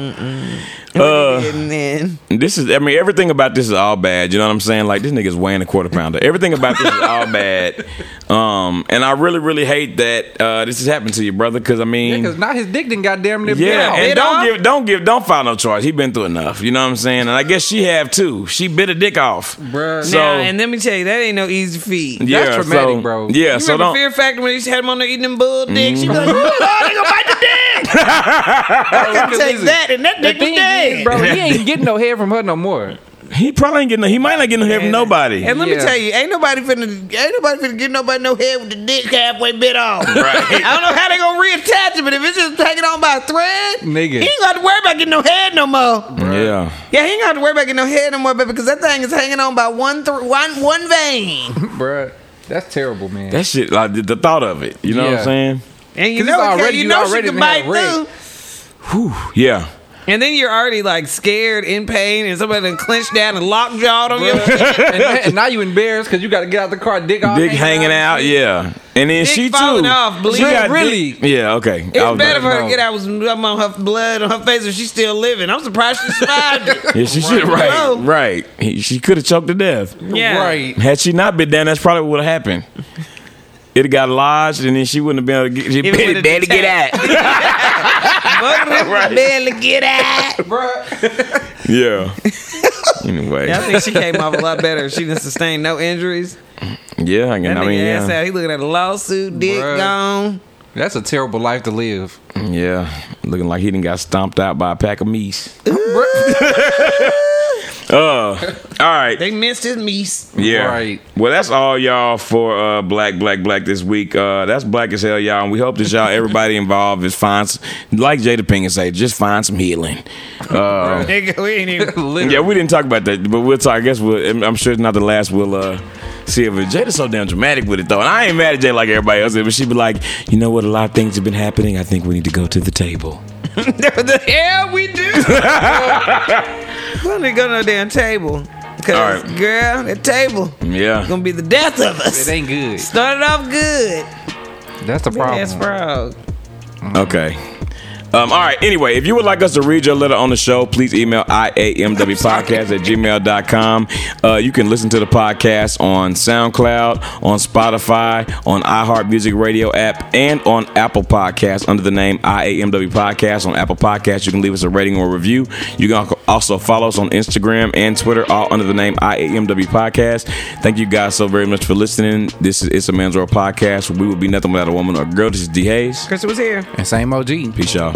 Speaker 1: uh,
Speaker 2: and then
Speaker 1: this is. I mean, everything about this is all bad. You know what I'm saying? Like this nigga's weighing a quarter pounder. Everything about this is all bad. Um, and I really, really hate that uh, this has happened to you, brother. Because I mean,
Speaker 3: Because now his dick didn't goddamn near.
Speaker 1: Yeah,
Speaker 3: been out.
Speaker 1: and
Speaker 2: Bit
Speaker 1: don't
Speaker 2: off?
Speaker 1: give, don't give, don't file no charge. He been through enough. You know what I'm saying? And I guess she have too. She bit a dick off,
Speaker 3: Bruh.
Speaker 1: So
Speaker 2: now, and let me tell you, that ain't no easy feat.
Speaker 1: yeah,
Speaker 3: That's traumatic,
Speaker 1: so-
Speaker 3: bro.
Speaker 1: Yeah,
Speaker 2: you
Speaker 1: so
Speaker 2: remember
Speaker 1: don't.
Speaker 2: Fear Factor when they had him on there eating them bull dicks? She was like, "Ooh, Lord, they gonna bite the dick. I can take that, and that
Speaker 3: The
Speaker 2: dick was
Speaker 3: thing
Speaker 2: dead.
Speaker 3: is, bro, he ain't getting no hair from her no more.
Speaker 1: He probably ain't getting. no- He might not get no hair from
Speaker 2: And-
Speaker 1: nobody.
Speaker 2: And let me
Speaker 3: Yeah.
Speaker 2: tell you, ain't nobody finna, ain't nobody finna get nobody no head with the dick halfway bit off. I
Speaker 1: Right.
Speaker 2: don't know how they gonna reattach it, but if it's just hanging on by a thread,
Speaker 3: Nigga.
Speaker 2: he ain't gonna have to worry about getting no head no more.
Speaker 1: yeah.
Speaker 2: Yeah, he ain't gonna have to worry about getting no head no more, baby, because that thing is hanging on by one thr one one vein.
Speaker 3: bruh. That's terrible, man.
Speaker 1: That shit. Like the, the thought of it. You know what
Speaker 3: Yeah.
Speaker 1: I'm saying?
Speaker 2: And you
Speaker 3: 'Cause
Speaker 2: know,
Speaker 3: it's
Speaker 2: it,
Speaker 3: already-
Speaker 2: you
Speaker 3: you
Speaker 2: know she
Speaker 3: already
Speaker 2: can
Speaker 3: done had
Speaker 2: bite
Speaker 3: a wreck.
Speaker 2: through.
Speaker 1: Yeah.
Speaker 2: And then you're already like scared, in pain, and somebody done clenched down and locked jawed on you.
Speaker 3: and, and now you embarrassed because you got to get out the car, dick all
Speaker 1: Dick hanging out. Yeah. And then
Speaker 2: Dick
Speaker 1: she too.
Speaker 2: falling off, believe
Speaker 1: she
Speaker 2: it.
Speaker 1: got
Speaker 3: Really?
Speaker 1: dick- Yeah. Okay. I
Speaker 2: It's
Speaker 1: was
Speaker 2: better for
Speaker 1: like,
Speaker 2: her to get out with some something on her blood on her face if she's still living. I'm surprised she survived it.
Speaker 1: Yeah, she should. Right.
Speaker 2: Hello.
Speaker 1: Right. He, she could have choked to death.
Speaker 2: Yeah.
Speaker 3: Right.
Speaker 1: Had she not been down, that's probably what would have happened. It got lodged, and then she wouldn't have been able to get. She
Speaker 2: It would've
Speaker 1: barely, barely get out.
Speaker 2: detached. Mother barely get out.
Speaker 3: Bruh.
Speaker 1: Yeah. anyway.
Speaker 2: I think she came off a lot better. She didn't sustain no injuries.
Speaker 1: Yeah. I, can,
Speaker 2: That
Speaker 1: I
Speaker 2: nigga
Speaker 1: mean,
Speaker 2: ass
Speaker 1: yeah.
Speaker 2: out. He looking at a lawsuit, dick
Speaker 3: Bruh.
Speaker 2: gone.
Speaker 3: That's a terrible life to live.
Speaker 1: Yeah. Looking like he didn't got stomped out by a pack of meese.
Speaker 3: Bruh.
Speaker 1: Uh. All right.
Speaker 2: They missed his niece.
Speaker 1: Yeah.
Speaker 3: Right.
Speaker 1: Well, that's all y'all for uh, Black, Black, Black this week. Uh, that's black as hell, y'all. And we hope that y'all, everybody involved, is find, s- like Jada Pinkett say, just find some healing. Uh,
Speaker 2: Nigga, we ain't even.
Speaker 3: Literally.
Speaker 1: yeah, we didn't talk about that, but we'll talk. I guess we'll, I'm- I'm sure it's not the last we'll uh, see of it. Jada's so damn dramatic with it, though. And I ain't mad at Jada like everybody else, is, but she'd be like, you know what? A lot of things have been happening. I think we need to go to the table.
Speaker 2: the hell we do? we need to go to no damn table. Because,
Speaker 1: All right.
Speaker 2: girl, that table
Speaker 1: Yeah.
Speaker 2: gonna be the death of us.
Speaker 3: It ain't good.
Speaker 2: Started off good.
Speaker 3: That's the problem.
Speaker 2: That's frog.
Speaker 1: Okay. Um, all right. Anyway, if you would like us to read your letter on the show, please email iamwpodcast at gmail.com. Uh, you can listen to the podcast on SoundCloud, on Spotify, on iHeart Music Radio app, and on Apple Podcasts under the name IAMW Podcast. On Apple Podcasts, you can leave us a rating or review. You can also follow us on Instagram and Twitter, all under the name IAMW Podcast. Thank you guys so very much for listening. This is It's a Man's World Podcast. We would be nothing without a woman or a girl. This is D. Hayes.
Speaker 3: é
Speaker 2: Crystal was here.
Speaker 3: And same OG.
Speaker 1: Peace, y'all.